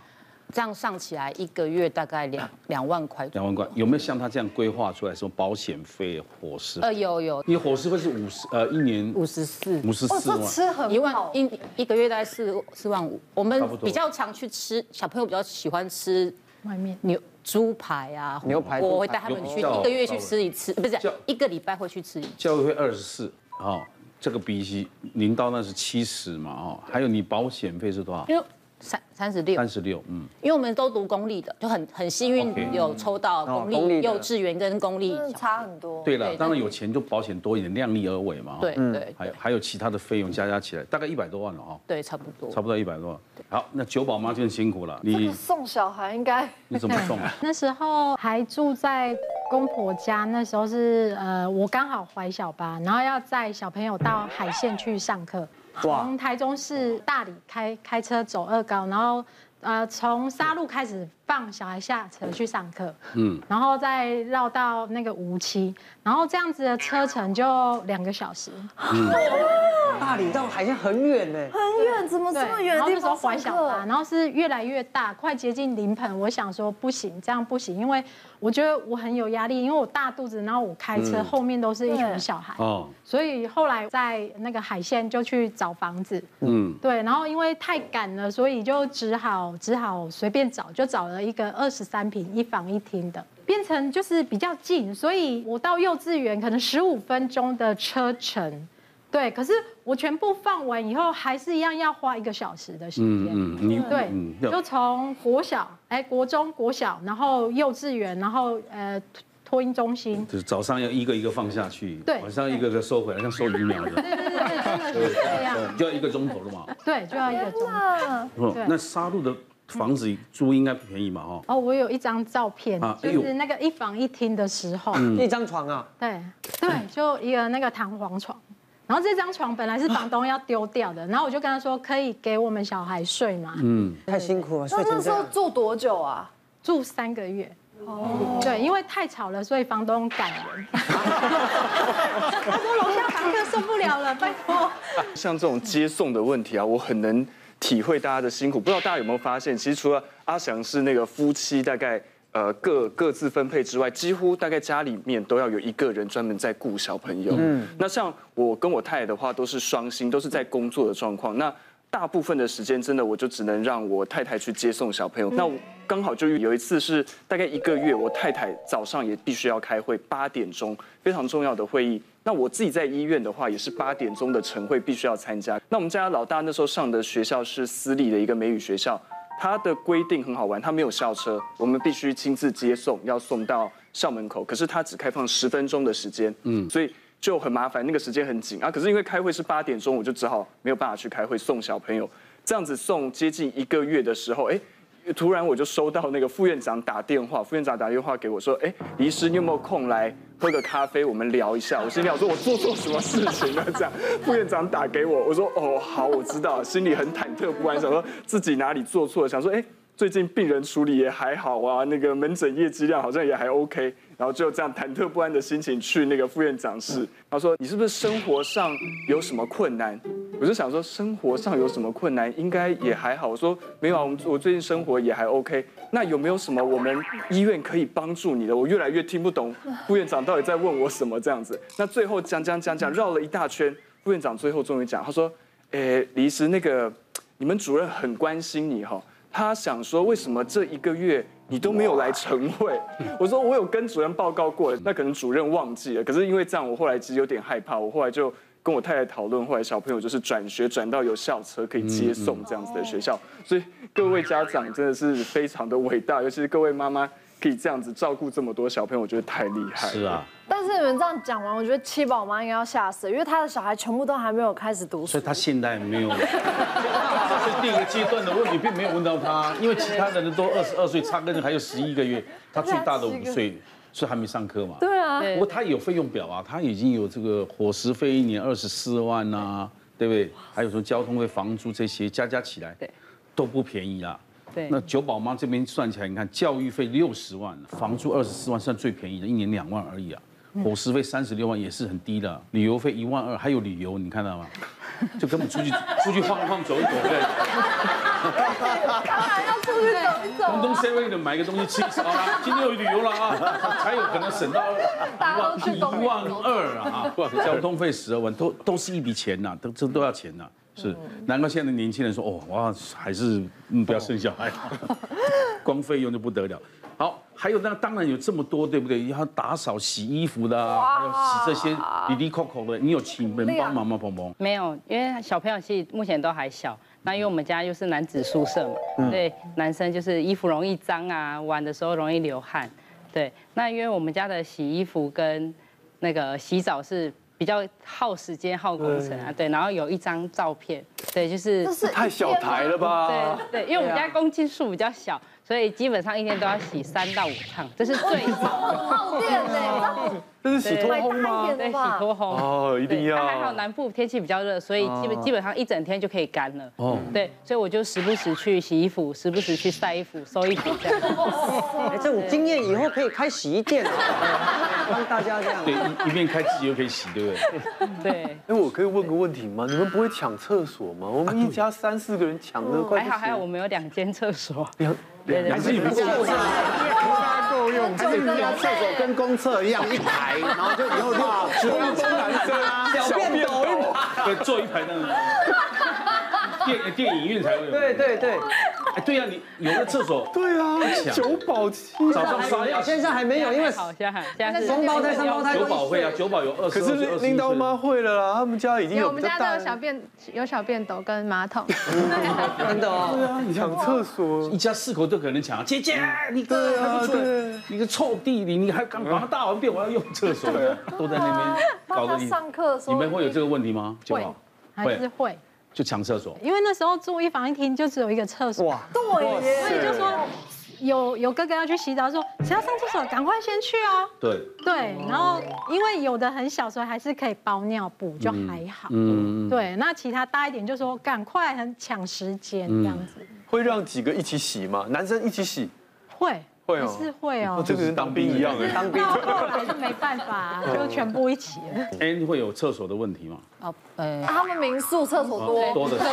Speaker 8: 这样上起来一个月大概两两万块，
Speaker 2: 两万块有没有像他这样规划出来说保险费、伙食？
Speaker 8: 呃，有有，
Speaker 2: 你伙食费是五十呃一年
Speaker 8: 五十四，哦
Speaker 2: 五十四万，
Speaker 8: 很一万一一个月大概四四万五。我们
Speaker 2: 差不多
Speaker 8: 比较常去吃，小朋友比较喜欢吃
Speaker 6: 外面
Speaker 8: 牛猪排啊，
Speaker 2: 牛排
Speaker 8: 我会带他们去
Speaker 2: 牛排
Speaker 8: 一个月去吃一次，不是一个礼拜会去吃一次。
Speaker 2: 教育费二十四哦，这个比零到那是七十嘛哦，还有你保险费是多少？
Speaker 8: 因为三三十六，
Speaker 2: 啊三十六，嗯，
Speaker 8: 因为我们都读公立的，就很很幸运
Speaker 2: OK
Speaker 8: 有抽到
Speaker 2: 哦
Speaker 8: 公
Speaker 2: 公立的
Speaker 8: 立幼稚园跟公立，
Speaker 12: 差很多。
Speaker 2: 对了，当然有钱就保险多一点，量力而为嘛。哦
Speaker 8: 哦对
Speaker 2: 嗯
Speaker 8: 对
Speaker 2: 还有还有其他的费用加加起来，大概一百多万了哦，
Speaker 8: 对，差不多。
Speaker 2: 差不多一百多万。好，那九宝妈就很辛苦了， 你
Speaker 6: 送小孩应该
Speaker 2: 你怎么送？啊
Speaker 6: 那时候还住在公婆家，那时候是呃，我刚好怀小八，然后要载小朋友到海线去上课，
Speaker 5: 哇
Speaker 6: 从台中市大理开开车走二高，然后呃从沙鹿开始放小孩下车去上课，
Speaker 12: 嗯，
Speaker 6: 然后再绕到那个无期，然后这样子的车程就两个小时，
Speaker 5: 大理到海线很远呢，
Speaker 6: 很远，怎么
Speaker 12: 这么远的
Speaker 6: 然后
Speaker 12: 地
Speaker 6: 那时候
Speaker 12: 方
Speaker 6: 怀小
Speaker 12: 上课
Speaker 6: 巴，然后是越来越大，快接近临盆，我想说不行，这样不行，因为我觉得我很有压力，因为我大肚子，然后我开车、
Speaker 12: 嗯
Speaker 6: 后面都是一群小孩，
Speaker 12: 哦，
Speaker 6: 所以后来在那个海线就去找房子。
Speaker 2: 嗯，
Speaker 6: 对，然后因为太赶了，所以就只好只好随便找，就找了一个二十三平一房一厅的，变成就是比较近，所以我到幼稚园可能十五分钟的车程，对，可是我全部放完以后，还是一样要花一个小时的时间。
Speaker 2: 嗯嗯你嗯
Speaker 6: 对，就从国小，哎，国中、国小，然后幼稚园，然后呃，托托婴中心，
Speaker 2: 就是早上要一个一个放下去，
Speaker 6: 对
Speaker 2: 晚上一个一个收回来，像收鱼苗一样，
Speaker 6: 对对对，真的是这样，
Speaker 2: 对就要一个钟头了嘛。
Speaker 6: 对，就要一个钟头。
Speaker 2: 哦
Speaker 6: 对，
Speaker 2: 那沙鹿的房子租应该不便宜嘛，哦，
Speaker 6: 哦，我有一张照片
Speaker 2: 啊，
Speaker 6: 就
Speaker 2: 哎呦
Speaker 6: 是那个一房一厅的时候，
Speaker 2: 嗯一
Speaker 5: 张床啊，
Speaker 6: 对对，就一个那个弹簧床。然后这张床本来是房东要丢掉的，然后我就跟他说，可以给我们小孩睡吗？
Speaker 5: 嗯，太辛苦了，睡成这样。
Speaker 6: 住多久啊？住三个月。哦，对，因为太吵了，所以房东赶人。他说楼下房客受不了了，拜托。
Speaker 7: 像这种接送的问题啊，我很能体会大家的辛苦。不知道大家有没有发现，其实除了阿翔是那个夫妻大概呃各各自分配之外，几乎大概家里面都要有一个人专门在顾小朋友。
Speaker 5: 嗯
Speaker 7: 嗯，那像我跟我太太的话，都是双薪，都是在工作的状况。那大部分的时间，真的我就只能让我太太去接送小朋友。那我刚好就有一次是大概一个月，我太太早上也必须要开会，八点钟非常重要的会议。那我自己在医院的话，也是八点钟的晨会必须要参加。那我们家老大那时候上的学校是私立的一个美语学校，它的规定很好玩，它没有校车，我们必须亲自接送，要送到校门口。可是它只开放十分钟的时间，嗯，所以就很麻烦，那个时间很紧啊。可是因为开会是八点钟，我就只好没有办法去开会送小朋友。这样子送接近一个月的时候，哎、突然我就收到那个副院长打电话，副院长打电话给我说：“哎，李医师，你有没有空来喝个咖啡，我们聊一下？”我心里想说：“我做错什么事情了？”这样，副院长打给我，我说：“哦，好，我知道。”心里很忐忑不安，想说自己哪里做错了，想说：“哎，最近病人处理也还好啊，那个门诊业绩量好像也还 OK。”然后就这样忐忑不安的心情去那个副院长室，他说：“你是不是生活上有什么困难？”我就想说，生活上有什么困难，应该也还好。我说没有啊，我们我最近生活也还 OK。那有没有什么我们医院可以帮助你的？我越来越听不懂副院长到底在问我什么这样子。那最后讲讲讲讲绕了一大圈，副院长最后终于讲，他说：“诶，李医师，那个你们主任很关心你哈、他想说为什么这一个月你都没有来晨会？ 我说我有跟主任报告过，那可能主任忘记了。可是因为这样，我后来其实有点害怕，我后来就跟我太太讨论，后来小朋友就是转学转到有校车可以接送这样子的学校，所以各位家长真的是非常的伟大，尤其是各位妈妈可以这样子照顾这么多小朋友，我觉得太厉害了。是
Speaker 2: 啊，
Speaker 12: 但是你们这样讲完，我觉得七宝妈应该要吓死，因为她的小孩全部都还没有开始读
Speaker 2: 所
Speaker 12: 书
Speaker 2: 以。他现在没有，这是第一个阶段的问题，并没有问到他，因为其他人都二十二岁，差跟还有十一个月，他最大的五岁，所以还没上课嘛。
Speaker 12: 对啊
Speaker 2: 不过他也有费用表啊，他已经有这个伙食费一年二十四万呐、啊，对不对？还有什么交通费、房租这些加加起来，对，都不便宜啦。
Speaker 9: 对
Speaker 2: 那九宝妈这边算起来，你看教育费六十万，房租二十四万，算最便宜的，一年两万而已啊。伙食费三十六万也是很低的，旅游费一万二，还有旅游，你看到吗？ 就根本出去出去晃一晃走一走，对，
Speaker 12: 当然要出去走一走
Speaker 2: 东
Speaker 12: 啊，
Speaker 2: 东 seven 的买个东西吃一吃，好啦，今天有旅游了啊，才有可能省到
Speaker 12: 大家都去
Speaker 2: 一
Speaker 12: 公园
Speaker 2: 万二 啊，交通费十二万，都都是一笔钱呐、都这都要钱呐、
Speaker 12: 嗯
Speaker 2: 是，难怪现在的年轻人说哦，哇，还是嗯不要生小 孩，光费用就不得了。好，还有那当然有这么多，对不对？要打扫、洗衣服的啊，还有洗这些滴滴扣扣的，你有请人帮忙吗，鹏鹏？
Speaker 9: 没有，因为小朋友其实目前都还小。那因为我们家又是男子宿舍嘛，
Speaker 2: 嗯
Speaker 9: 对，男生就是衣服容易脏啊，玩的时候容易流汗。对，那因为我们家的洗衣服跟那个洗澡是比较耗时间、耗工程啊，对。然后有一张照片，对，就是
Speaker 11: 这是太小台了吧
Speaker 9: 对对，因为我们家公斤数比较小，所以基本上一天都要洗三到五趟，这是最
Speaker 12: 耗电呢，
Speaker 11: 这是洗脱烘吗
Speaker 9: 对，洗脱烘。
Speaker 11: 哦，一定
Speaker 9: 对
Speaker 11: 要。
Speaker 9: 那还好南部天气比较热，所以基本
Speaker 11: 哦
Speaker 9: 基本上一整天就可以干了。
Speaker 11: 哦
Speaker 9: 哦，对，所以我就时不时去洗衣服，时不时去晒衣服、收衣服这样。
Speaker 5: 哎，这种经验以后可以开洗衣店啊，帮大家这样。
Speaker 2: 对，一一面开自己又可以洗，对不对？
Speaker 9: 对。
Speaker 11: 哎，我可以问个问题吗？你们不会抢厕所
Speaker 2: 啊
Speaker 11: 吗？我们一家三四个人抢的快
Speaker 9: 哦还
Speaker 11: 不行。
Speaker 9: 好还好，我们有两间厕所。
Speaker 11: 两
Speaker 9: 对对
Speaker 11: 还是你们
Speaker 9: 对
Speaker 11: 够用
Speaker 9: 大够用
Speaker 10: 就是那个厕所跟公厕一样一排，然后就以后
Speaker 2: 只
Speaker 10: 就
Speaker 2: 有男生啊小便斗
Speaker 10: 一
Speaker 2: 对，坐一排那种电电影院才会有。
Speaker 5: 对对对，
Speaker 2: 哎，对呀，你有的厕所
Speaker 11: 对啊
Speaker 2: 抢，
Speaker 11: 九宝七
Speaker 2: 早上刷牙
Speaker 5: 现在还没有，因为
Speaker 9: 好，现在还现在是
Speaker 5: 双胞胎、三胞胎
Speaker 2: 九
Speaker 5: 都
Speaker 2: 宝会啊，九宝有二十，
Speaker 11: 可是
Speaker 2: 二十一
Speaker 11: 拎
Speaker 2: 岁
Speaker 11: 刀妈会了啦，他们家已经
Speaker 4: 有
Speaker 11: 有
Speaker 4: 我
Speaker 11: 比
Speaker 4: 们
Speaker 11: 较
Speaker 4: 家
Speaker 11: 大
Speaker 4: 都有
Speaker 11: 的。
Speaker 4: 小便有小便斗跟马桶， 嗯
Speaker 5: 真的哦。
Speaker 11: 对啊，你抢厕所，
Speaker 2: 一家四口都可能抢啊。姐姐，你
Speaker 11: 对
Speaker 2: 个
Speaker 11: 啊
Speaker 2: 还不出
Speaker 11: 对
Speaker 2: 来，你个臭弟弟，你还刚刚大完便，我要用厕所，
Speaker 11: 嗯
Speaker 2: 都在那边搞得
Speaker 12: 他
Speaker 2: 你。
Speaker 12: 上课的时
Speaker 2: 你
Speaker 12: 候
Speaker 2: 们会有这个问题吗？九宝
Speaker 6: 还是会。
Speaker 2: 就抢厕所，
Speaker 6: 因为那时候住一房一厅就只有一个厕所，
Speaker 12: 对耶
Speaker 6: 所以就说有有哥哥要去洗澡，说谁要上厕所，赶快先去哦。
Speaker 2: 对，
Speaker 6: 对，然后因为有的很小，所以还是可以包尿布，就还好。
Speaker 2: 嗯，
Speaker 6: 对，那其他大一点就说赶快很抢时间
Speaker 2: 嗯
Speaker 6: 这样子，
Speaker 11: 会让几个一起洗吗？男生一起洗
Speaker 6: 会
Speaker 11: 会
Speaker 6: 还
Speaker 11: 哦，
Speaker 6: 是会哦
Speaker 11: 哦，这个跟当兵一样哎，
Speaker 5: 当兵
Speaker 6: 到后来就没办法，就全部一起了。啊
Speaker 2: 哎，你会有厕所的问题吗？
Speaker 8: 哦，呃，
Speaker 12: 他们民宿厕所多，
Speaker 2: 哦多 的是，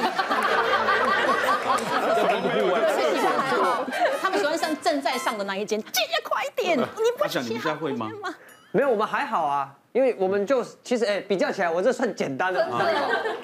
Speaker 2: 哦
Speaker 8: 他们喜欢上正在上的那一 间，姐姐快点，你不
Speaker 2: 呃阿翔，你们家会吗？
Speaker 5: 没有，我们还好啊，因为我们就其实哎、比较起来，我这算简单的。啊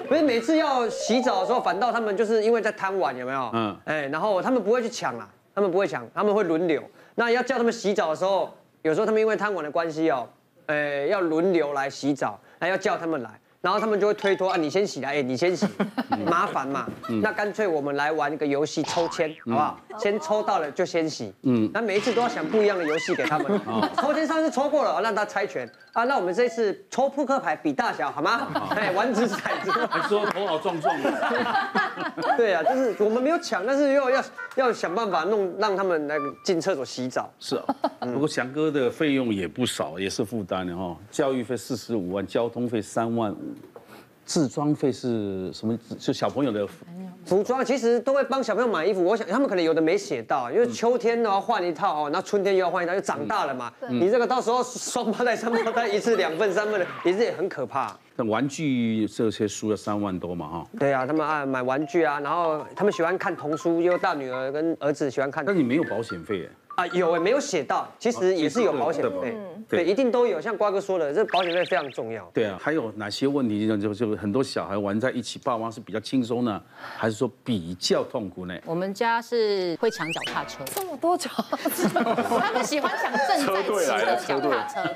Speaker 5: 不是每次要洗澡的时候，反倒他们就是因为在贪玩，有没有？嗯
Speaker 2: 嗯，
Speaker 5: 哎、然后他们不会去抢啊，他们不会抢，他们会轮流。那要叫他们洗澡的时候，有时候他们因为贪玩的关系哦，哎、要轮流来洗澡，那要叫他们来。然后他们就会推脱啊，你先洗来，哎、你先洗，
Speaker 2: 嗯
Speaker 5: 麻烦嘛。那干脆我们来玩一个游戏抽签，好不好？先抽到了就先洗。
Speaker 2: 嗯，
Speaker 5: 嗯
Speaker 2: 哦
Speaker 5: 那每一次都要想不一样的游戏给 他们。抽签上次抽过了，让他猜拳啊。那我们这次抽扑克牌比大小，好吗？哎，玩掷骰子。
Speaker 2: 哦还说头好壮壮的，
Speaker 5: 对啊，就是我们没有抢，但是又要要想办法弄让他们那个进厕所洗澡。
Speaker 2: 是啊。不过翔哥的费用也不少，也是负担的哈。教育费四十五万，交通费三万五，自装费是什么？就小朋友的
Speaker 5: 服装其实都会帮小朋友买衣服，我想他们可能有的没写到，因为秋天呢要换一套哦，那春天又要换一套，又长大了嘛。
Speaker 2: 嗯
Speaker 5: 你这个到时候双胞胎、三胞胎，一次两份、三份的，也是也很可怕。
Speaker 2: 那玩具这些书要三万多嘛哈。
Speaker 5: 对啊，他们爱买玩具啊，然后他们喜欢看童书，因为大女儿跟儿子喜欢看
Speaker 2: 但你没有保险费耶，
Speaker 5: 啊，有哎，没有写到，其实也是有保险
Speaker 2: 哦
Speaker 5: 费
Speaker 2: 嗯，
Speaker 5: 对，
Speaker 2: 对
Speaker 5: 一定都有。像瓜哥说的，这保险费非常重要。
Speaker 2: 对啊，还有哪些问题就就就很多小孩玩在一起，爸妈是比较轻松呢，还是说比较痛苦呢？
Speaker 8: 我们家是会抢脚踏车，
Speaker 12: 这么多脚，
Speaker 8: 他们喜欢抢正在骑的脚踏车，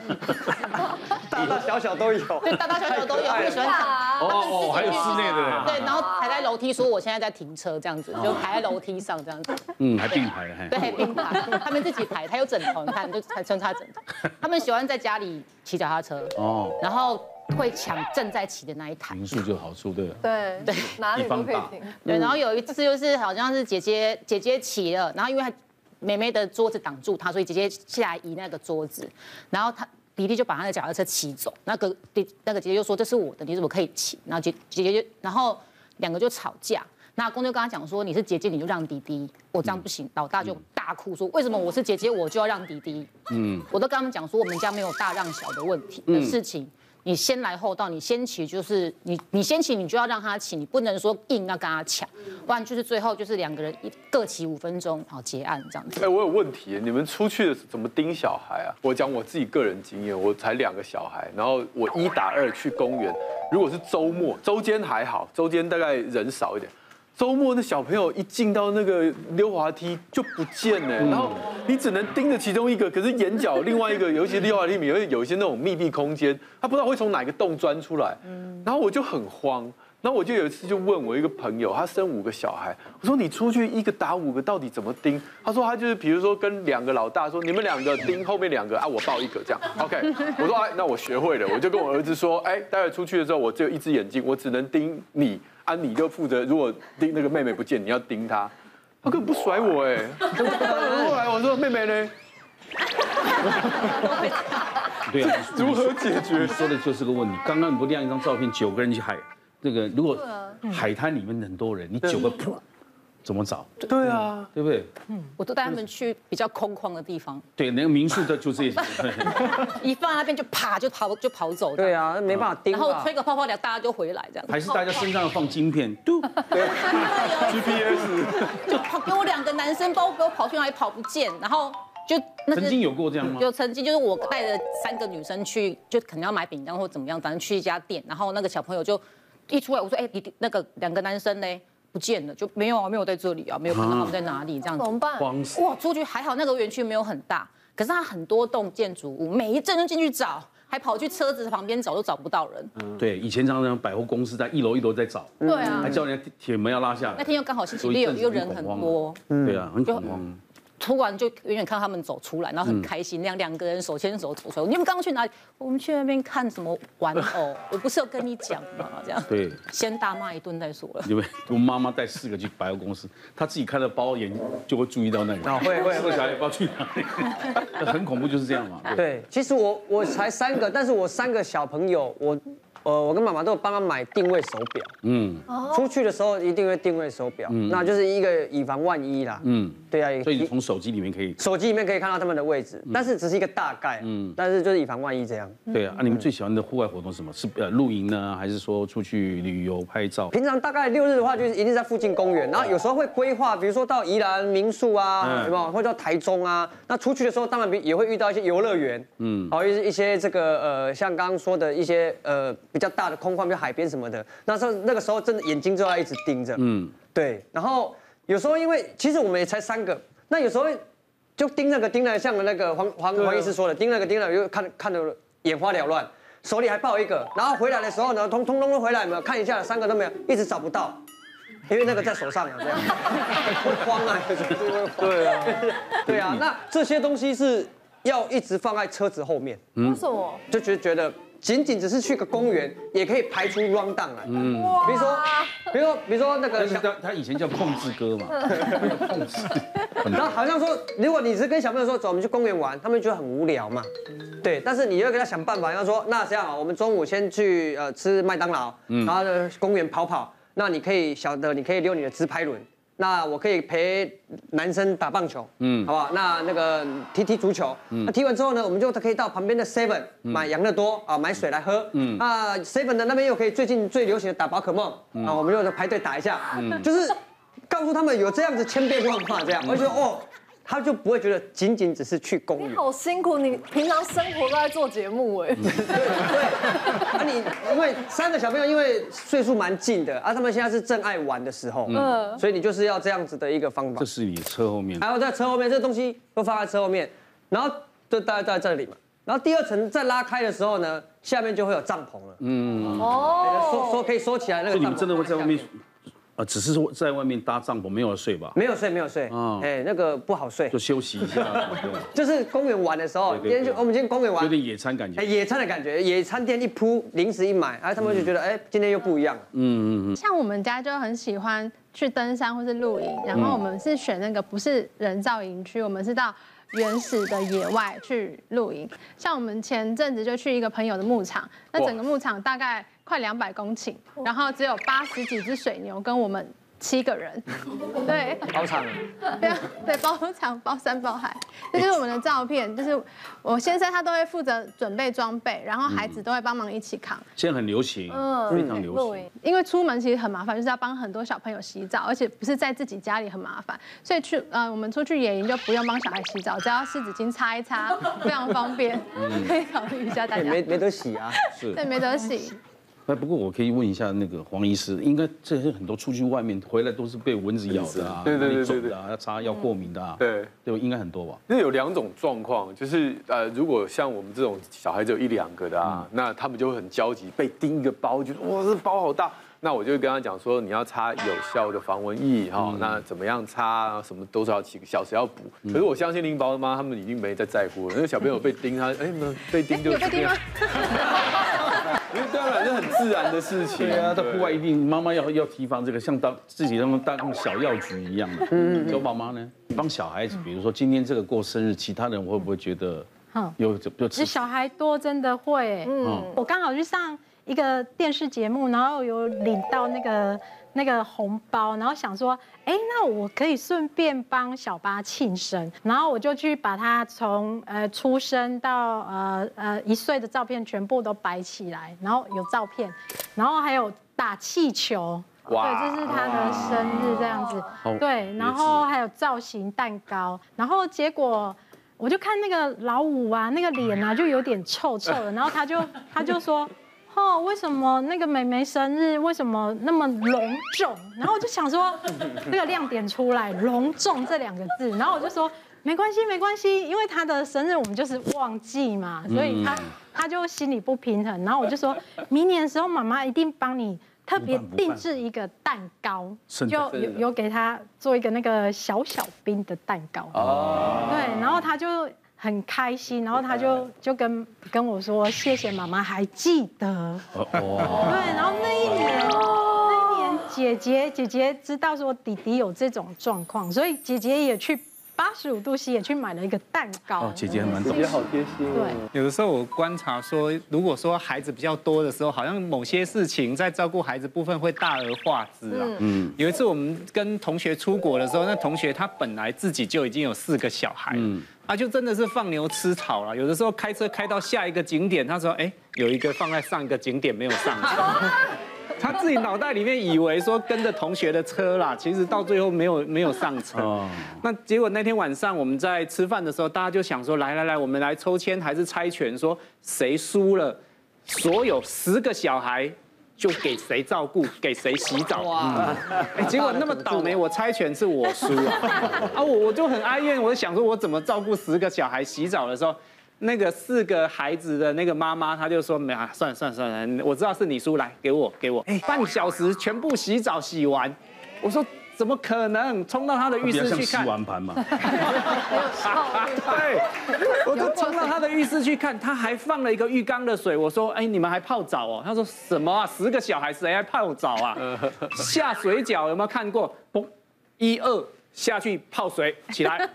Speaker 5: 大大小小都有，
Speaker 8: 对，大大小小都 有，会 喜欢抢。
Speaker 2: 哦，还有室内的，哦
Speaker 8: 对，然后还在楼梯说我现在在停车这样子，就排在楼梯上这样子。
Speaker 2: 嗯，还并排了，嘿
Speaker 8: 对，并排，他们自己排，他有枕头，你看，就还穿插枕头。他们喜欢在家里骑脚踏车，
Speaker 2: 哦，
Speaker 8: 然后会抢正在骑的那一台。
Speaker 2: 民宿就好处对了，
Speaker 12: 对对，哪里都可以停。
Speaker 8: 对，然后有一次就是好像是姐姐姐姐骑了，然后因为她妹妹的桌子挡住她，所以姐姐下来移那个桌子，然后她弟弟就把她的脚踏车骑走，那个弟那个姐姐就说这是我的，你怎么可以骑？然后姐姐姐就然后两个就吵架，那公就跟他讲说，你是姐姐你就让弟弟，我这样不行。老大就大哭说，为什么我是姐姐我就要让弟弟？
Speaker 2: 嗯，
Speaker 8: 我都跟他们讲说，我们家没有大让小的问题的
Speaker 2: 嗯
Speaker 8: 事情。你先来后到，你先起就是你，你先起你就要让他起，你不能说硬要跟他抢，不然就是最后就是两个人一各起五分钟，好结案这样子。
Speaker 11: 哎，我有问题，你们出去的时候怎么盯小孩啊？我讲我自己个人经验，我才两个小孩，然后我一打二去公园，如果是周末，周间还好，周间大概人少一点。周末那小朋友一进到那个溜滑梯就不见了，
Speaker 8: 嗯
Speaker 11: 然后你只能盯着其中一个，可是眼角另外一个，尤其溜滑梯里面有有一些那种密闭空间，他不知道会从哪个洞钻出来，然后我就很慌。然后我就有一次就问我一个朋友，他生五个小孩，我说你出去一个打五个到底怎么盯？他说他就是比如说跟两个老大说你们两个盯后面两个啊，我抱一个这样。OK，我说哎那我学会了，我就跟我儿子说，哎待会出去的时候我只有一只眼睛，我只能盯你啊，你就负责如果盯那个妹妹不见，你要盯她。他根本不甩我哎， 后来我说妹妹呢？
Speaker 2: 对啊，如何解决？你说的就是个问题。刚刚你不亮一张照片，九个人去海，那个如果海滩里面很多人，你九个噗，怎么找？
Speaker 11: 对啊，
Speaker 2: 对不嗯对？
Speaker 8: 嗯我都带他们去比较空旷的地方，
Speaker 2: 对，那个民宿的就这些。
Speaker 8: 一放在那边就啪就跑就跑走。对
Speaker 5: 啊，没办法盯
Speaker 8: 然后吹个泡泡凉，大家就回来这样。
Speaker 2: 还是大家身上放晶片，嘟，GPS。
Speaker 8: 就跑给我两个男生包，给我跑去哪里跑不见，然后就那是
Speaker 2: 曾经有过这样吗
Speaker 8: 有曾经就是我带着三个女生去，就可能要买饼干或怎么样，反正去一家店，然后那个小朋友就一出来，我说哎，弟弟那个两个男生呢？不见了，就没有啊，没有在这里啊，没有看到他们在哪里这样子。
Speaker 12: 怎么办慌死
Speaker 8: 哇，出去还好那个园区没有很大，可是它很多栋建筑物，每一阵都进去找，还跑去车子旁边找，都找不到人。
Speaker 5: 嗯
Speaker 2: 对，以前常常百货公司在一楼一楼在找，
Speaker 8: 对啊
Speaker 2: 还叫人家铁门要拉下来。
Speaker 8: 那天又刚好星期
Speaker 2: 有一阵
Speaker 8: 六，
Speaker 2: 子
Speaker 8: 又人很
Speaker 2: 恐慌
Speaker 8: 多，
Speaker 5: 嗯
Speaker 2: 对啊，很恐慌。
Speaker 8: 突然就远远看他们走出来，然后很开心，那样两个人手牵手走出来。你们刚刚去哪里？我们去那边看什么玩偶？我不是有跟你讲吗？这样，
Speaker 2: 对，
Speaker 8: 先大骂一顿再说了。
Speaker 2: 因为我妈妈带四个去百货公司，她自己开了包，眼就会注意到那个。
Speaker 5: 啊会会
Speaker 2: 四个小孩也不知道去哪里，那很恐怖，就是这样嘛。
Speaker 5: 对，其实我我才三个，但是我三个小朋友，我呃我跟妈妈都有帮他买定位手表。
Speaker 2: 嗯
Speaker 8: 哦
Speaker 5: 出去的时候一定会定位手表，
Speaker 2: 嗯
Speaker 5: 那就是一个以防万一啦。
Speaker 2: 嗯，
Speaker 5: 对啊，
Speaker 2: 所以你从手机里面可以。
Speaker 5: 手机里面可以看到他们的位置，但是只是一个大概。嗯，但是就是以防万一这样。
Speaker 2: 对啊，啊你们最喜欢的户外活动是什么？是呃露营呢，还是说出去旅游拍照？
Speaker 5: 平常大概六日的话，就是一定在附近公园，然后有时候会规划，比如说到宜兰民宿啊，
Speaker 2: 嗯
Speaker 5: 什么或者到台中啊。那出去的时候，当然比也会遇到一些游乐园，嗯
Speaker 2: 嗯，
Speaker 5: 还有一些一些这个呃，像刚刚说的一些呃比较大的空旷，比如海边什么的。那时候那个时候真的眼睛就要一直盯着，嗯，
Speaker 2: 嗯，
Speaker 5: 对。然后有时候因为其实我们也才三个，那有时候就盯那个盯那个，像那个黄黄
Speaker 11: 对啊
Speaker 5: 黄医师说的，盯那个盯那个，又看看得眼花缭乱，手里还抱一个，然后回来的时候呢，通通通都回来没有，看一下三个都没有，一直找不到，因为那个在手上啊，这样会慌啊，有时候就会慌
Speaker 11: 对啊，
Speaker 5: 对啊，那这些东西是要一直放在车子后面，嗯
Speaker 12: 为
Speaker 2: 嗯
Speaker 12: 什么？
Speaker 5: 就觉觉得仅仅只是去个公园，也可以排出 round down 来，嗯，比如说，比如说，比如说那个
Speaker 2: 但是
Speaker 5: 小。
Speaker 2: 他他以前叫控制哥嘛，控制。
Speaker 5: 然后好像说，如果你是跟小朋友说走，我们去公园玩，他们觉得很无聊嘛。
Speaker 13: 嗯
Speaker 5: 对，但是你要给他想办法，要说那这样啊，我们中午先去呃吃麦当劳，
Speaker 13: 嗯
Speaker 5: 然后呢公园跑跑。那你可以小的，你可以溜你的直排轮。那我可以陪男生打棒球，嗯，
Speaker 13: 嗯
Speaker 5: 好不好？那那个踢踢足球，
Speaker 13: 嗯
Speaker 5: 那踢完之后呢，我们就可以到旁边的 Seven 买养乐多啊，买水来喝，嗯，
Speaker 13: 嗯
Speaker 5: 那 Seven 的那边又可以最近最流行的打宝可梦
Speaker 13: 嗯
Speaker 5: 啊，我们又排队打一下，嗯，就是告诉他们有这样子千变万化这样，我就觉得哦，他就不会觉得仅仅只是去公园，
Speaker 12: 好辛苦，你平常生活都在做节目哎。
Speaker 5: 啊你因为三个小朋友因为岁数蛮近的，啊他们现在是正爱玩的时候，嗯
Speaker 2: 嗯，
Speaker 5: 所以你就是要这样子的一个方法
Speaker 2: 这，是你的车后面。
Speaker 5: 还有在车后面，这东西都放在车后面，然后就大概在这里嘛，然后第二层再拉开的时候呢，下面就会有帐篷了，
Speaker 2: 嗯。
Speaker 5: 收收可以收起来那
Speaker 2: 所
Speaker 5: 个
Speaker 2: 以你
Speaker 5: 帐
Speaker 2: 们
Speaker 5: 篷
Speaker 2: 真。的会在外面，啊，只是说在外面搭帐篷，没有睡吧？
Speaker 5: 没有睡，没有睡。
Speaker 2: 啊，
Speaker 5: 哎，那个不好睡，
Speaker 2: 就休息一下。对
Speaker 5: 就是公园玩的时候，
Speaker 2: 对
Speaker 5: 今
Speaker 2: 对
Speaker 5: 天就
Speaker 2: 对
Speaker 5: 我们今天公园玩
Speaker 2: 有，点野餐感觉
Speaker 5: 哎，。野餐的感觉，野餐店一铺，零食一买，哎，他们就觉得，哎，今天又不一样了。
Speaker 2: 嗯嗯
Speaker 4: 像我们家就很喜欢去登山或是露营，然后我们是选那个不是人造营区，我们是到原始的野外去露营。像我们前阵子就去一个朋友的牧场，那整个牧场大概快两百公顷，然后只有八十几只水牛跟我们。七个人，
Speaker 12: 네.
Speaker 4: 对，
Speaker 5: 包场
Speaker 4: 对啊，对，包场包山包海，这就是我们的照片，就是我先生他都会负责准备装备，然后孩子都会帮忙一起扛。
Speaker 2: 现在很流行，非常流行。
Speaker 4: 因嗯为出门其实很麻烦，就是要帮很多小朋友洗澡，而且不是在自己家里很麻烦，所以去呃我们出去野营就不用帮小孩洗澡，只要湿纸巾擦一 擦，非常方便，
Speaker 11: 嗯
Speaker 4: 可以考虑一下大
Speaker 5: 也
Speaker 4: 家。
Speaker 5: 没
Speaker 11: 哎
Speaker 5: 没得洗啊，
Speaker 2: 是
Speaker 4: 对，没得洗。
Speaker 2: 哎，不过我可以问一下那个黄医师，应该这些很多出去外面回来都是被蚊子咬的啊，
Speaker 11: 对
Speaker 2: 哪
Speaker 11: 对对
Speaker 2: 里
Speaker 11: 对
Speaker 2: 肿的啊，要擦药过敏的啊，
Speaker 11: 对
Speaker 2: 对，应该很多吧？
Speaker 11: 那有两种状况，就是呃，如果像我们这种小孩子有一两个的啊，那他们就会很焦急，被叮一个包，觉得哇，这包好大。那我就跟他讲说，你要擦有效的防蚊液哈、那怎么样擦啊，什么多少几个小时要补。可是我相信林宝妈他们已经没在在乎了，因为小朋友被叮他，哎，没有被叮就
Speaker 4: 有被叮吗？
Speaker 11: 因为当然是很自然的事情。
Speaker 2: 对啊，在
Speaker 11: 对
Speaker 2: 户外一定妈妈要要提防这个，像当自己那么当小药局一样的。嗯，周宝妈呢，帮小孩子，比如说今天这个过生日，其他人会不会觉得
Speaker 8: 嗯
Speaker 6: 好
Speaker 2: 有有
Speaker 6: 其实
Speaker 2: 吃？
Speaker 6: 小孩多真的会，嗯
Speaker 2: 嗯，
Speaker 6: 我刚好去上一个电视节目，然后有领到那个那个红包，然后想说，哎，那我可以顺便帮小八庆生，然后我就去把他从呃出生到呃呃一岁的照片全部都摆起来，然后有照片，然后还有打气球。
Speaker 11: 哇
Speaker 6: 对，这是他的生日这样子
Speaker 11: 好，
Speaker 6: 对，然后还有造型蛋糕，然后结果我就看那个老五啊，那个脸啊就有点臭臭的，然后他就 他就说。哦，为什么那个美眉生日为什么那么隆重？然后我就想说，那个亮点出来“隆重”这两个字，然后我就说没关系，没关系，因为她的生日我们就是忘记嘛，所以她
Speaker 13: 嗯
Speaker 6: 她就心里不平衡。然后我就说，明年的时候妈妈一定帮你特别
Speaker 13: 不办不办
Speaker 6: 定制一个蛋糕，就
Speaker 13: 圣诞
Speaker 6: 有有给她做一个那个小小兵的蛋糕。
Speaker 13: 哦，
Speaker 6: 对，然后他就很开心，然后他就就跟跟我说谢谢妈妈还记得。
Speaker 12: 哦
Speaker 14: 아.
Speaker 6: 对，然后那一年那一年姐姐姐姐知道说弟弟有这种状况，所以姐姐也去八十五度 C 也去买了一个蛋糕。
Speaker 2: 哦，姐姐还蛮懂
Speaker 11: 姐姐好贴心
Speaker 6: 对，
Speaker 15: 有的时候我观察说，如果说孩子比较多的时候，好像某些事情在照顾孩子部分会大而化之啊。
Speaker 13: 嗯
Speaker 15: 嗯，有一次我们跟同学出国的时候，那同学他本来自己就已经有四个小孩，嗯，啊，就真的是放牛吃草了。有的时候开车开到下一个景点，他说，哎，有一个放在上一个景点没有上车。他自己脑袋里面以为说跟着同学的车啦，其实到最后没有没有上车。那结果那天晚上我们在吃饭的时候，大家就想说，来来来，我们来抽签还是猜拳，说谁输了，所有十个小孩就给谁照顾，给谁洗澡。哇！哎结果那么倒霉，我猜拳是我输 啊！啊，我我就很哀怨，我想说我怎么照顾十个小孩洗澡的时候。那个四个孩子的那个妈妈，她就说没有啊，算了算了算了，我知道是你输，来给我给我，哎，半小时全部洗澡洗完，我说怎么可能？冲到她的浴
Speaker 2: 比较
Speaker 15: 室
Speaker 2: 像
Speaker 15: 去
Speaker 2: 洗
Speaker 15: 看，
Speaker 2: 碗盘嘛。
Speaker 15: 对， 我就冲到他的浴室去看，他还放了一个浴缸的水。我说：“哎，你们还泡澡哦？”他说：“什么啊？十个小孩谁还泡澡啊？下水饺有没有看过？嘣，一二下去泡水，起来，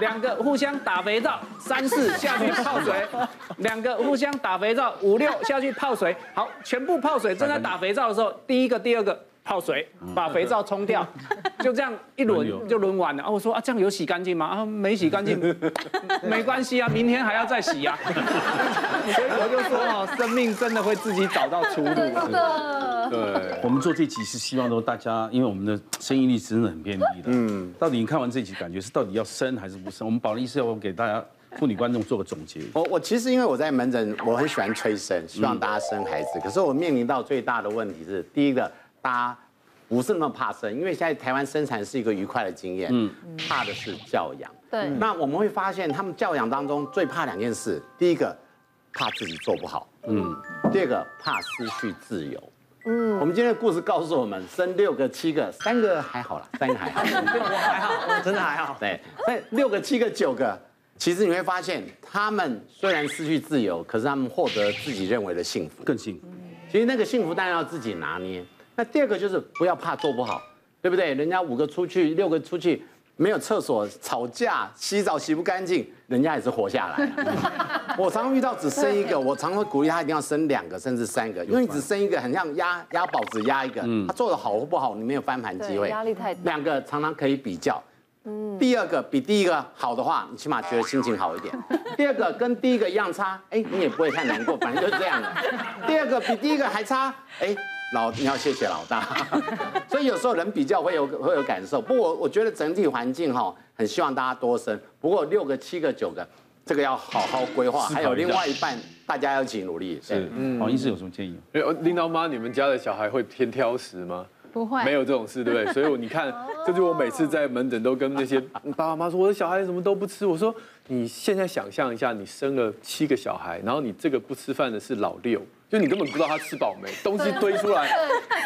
Speaker 15: 两个互相打肥皂，三四下去泡水，两个互相打肥皂，五六下去泡水。好，全部泡水。正在打肥皂的时候，第一个、第二个泡水，把肥皂冲掉，就这样一轮就轮完了。啊，我说啊，这样有洗干净吗？啊，没洗干净， 没关系啊，明天还要再洗 啊。所以我就说哦，生命真的会自己找到出路。
Speaker 12: 네,
Speaker 10: 啊
Speaker 2: 对，我们做这集是希望说大家，因为我们的生育率真的很偏低的。嗯，到底你看完这集感觉是到底要生还是不生？我们保利是要给大家妇女观众做个总结。
Speaker 10: 我我其实因为我在门诊，我很喜欢催生，希望大家生孩子。可是我面临到最大的问题是，第一个，大家不是那么怕生，因为现在台湾生产是一个愉快的经验，嗯，怕的是教养。
Speaker 13: 对
Speaker 10: 那我们会发现他们教养当中最怕两件事，第一个，怕自己做不好，嗯，第二个怕失去自由。嗯，我们今天的故事告诉我们，生六个、七个，三个还 好啦，三个还好，还好，真的还好。 对，但六个、七个、九个，其实你会发现，他们虽然失去自由，可是他们获得自己认为的幸福，
Speaker 2: 更幸福。
Speaker 10: 其实那个幸福当然要自己拿捏。那第二个就是不要怕做不好，对不对？人家五个出去，六个出去，没有厕所、吵架、洗澡洗不干净，人家也是活下来 了。我常常遇到只生一个，我常会鼓励他一定要生两个甚至三个，因为你只生一个，很像压压宝子压一个，他做的好或不好，你没有翻盘机会。
Speaker 12: 对嗯压力太大
Speaker 10: 两个常常可以比较。
Speaker 12: 嗯，
Speaker 10: 第二个比第一个好的话，你起码觉得心情好一点。第二个跟第一个一样差，哎，你也不会太难过，反正就是 这样的。第二个比第一个还差，哎，老你要谢谢老大。 所以有时候人比较会有会有感受。不过我我觉得整体环境哈、很希望大家多生。不过六个、七个、九个，这个要好好规划。
Speaker 11: 思考
Speaker 10: 还
Speaker 11: 一下
Speaker 10: 有另外一半，大家要一起努力。对
Speaker 11: 是黄医师有什
Speaker 2: 么建议？
Speaker 11: 哎领导妈，你们家的小孩会偏挑食吗？
Speaker 4: 不会
Speaker 11: 没有这种事，对不 对？所以我你看，这就是我每次在门诊都跟那些爸爸妈妈说，我的小孩什么都不吃。我说，你现在想象一下，你生了七个小孩，然后你这个不吃饭的是老六，就你根本不知道他吃饱没，东西
Speaker 2: 啊
Speaker 11: 堆出来，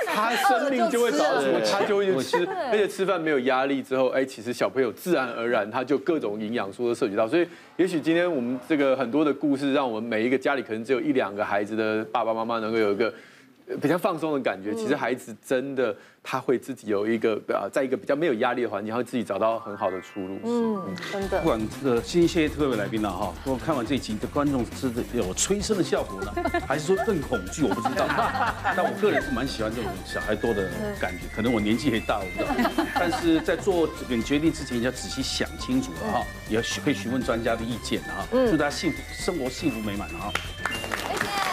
Speaker 11: 他生命就会找到什么，他就会吃，而且吃饭没有压力之后，哎，其实小朋友自然而然他就各种营养素都摄取到，所以也许今天我们这个很多的故事，让我们每一个家里可能只有一两个孩子的爸爸妈妈能够有一个。呃比较放松的感觉，
Speaker 10: 嗯
Speaker 11: 其实孩子真的他会自己有一个呃，在一个比较没有压力的环境，他会自己找到很好的出路。
Speaker 12: 嗯，真的
Speaker 2: 不。管这个新一些特别来宾了哈，我看完这一集的观众是有催生的效果呢，还是说更恐惧？我不知道。 但我个人是蛮喜欢这种小孩多的感觉，可能我年纪也大，我不知道。但是在做这个决定之前，要仔细想清楚了哈，也要询可以询问专家的意见啊。祝大家幸福，生活幸福美满啊！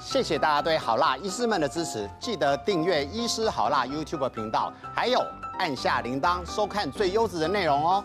Speaker 10: 谢谢大家对好辣医师们的支持，记得订阅医师好辣 YouTube 频道，还有按下铃铛收看最优质的内容哦。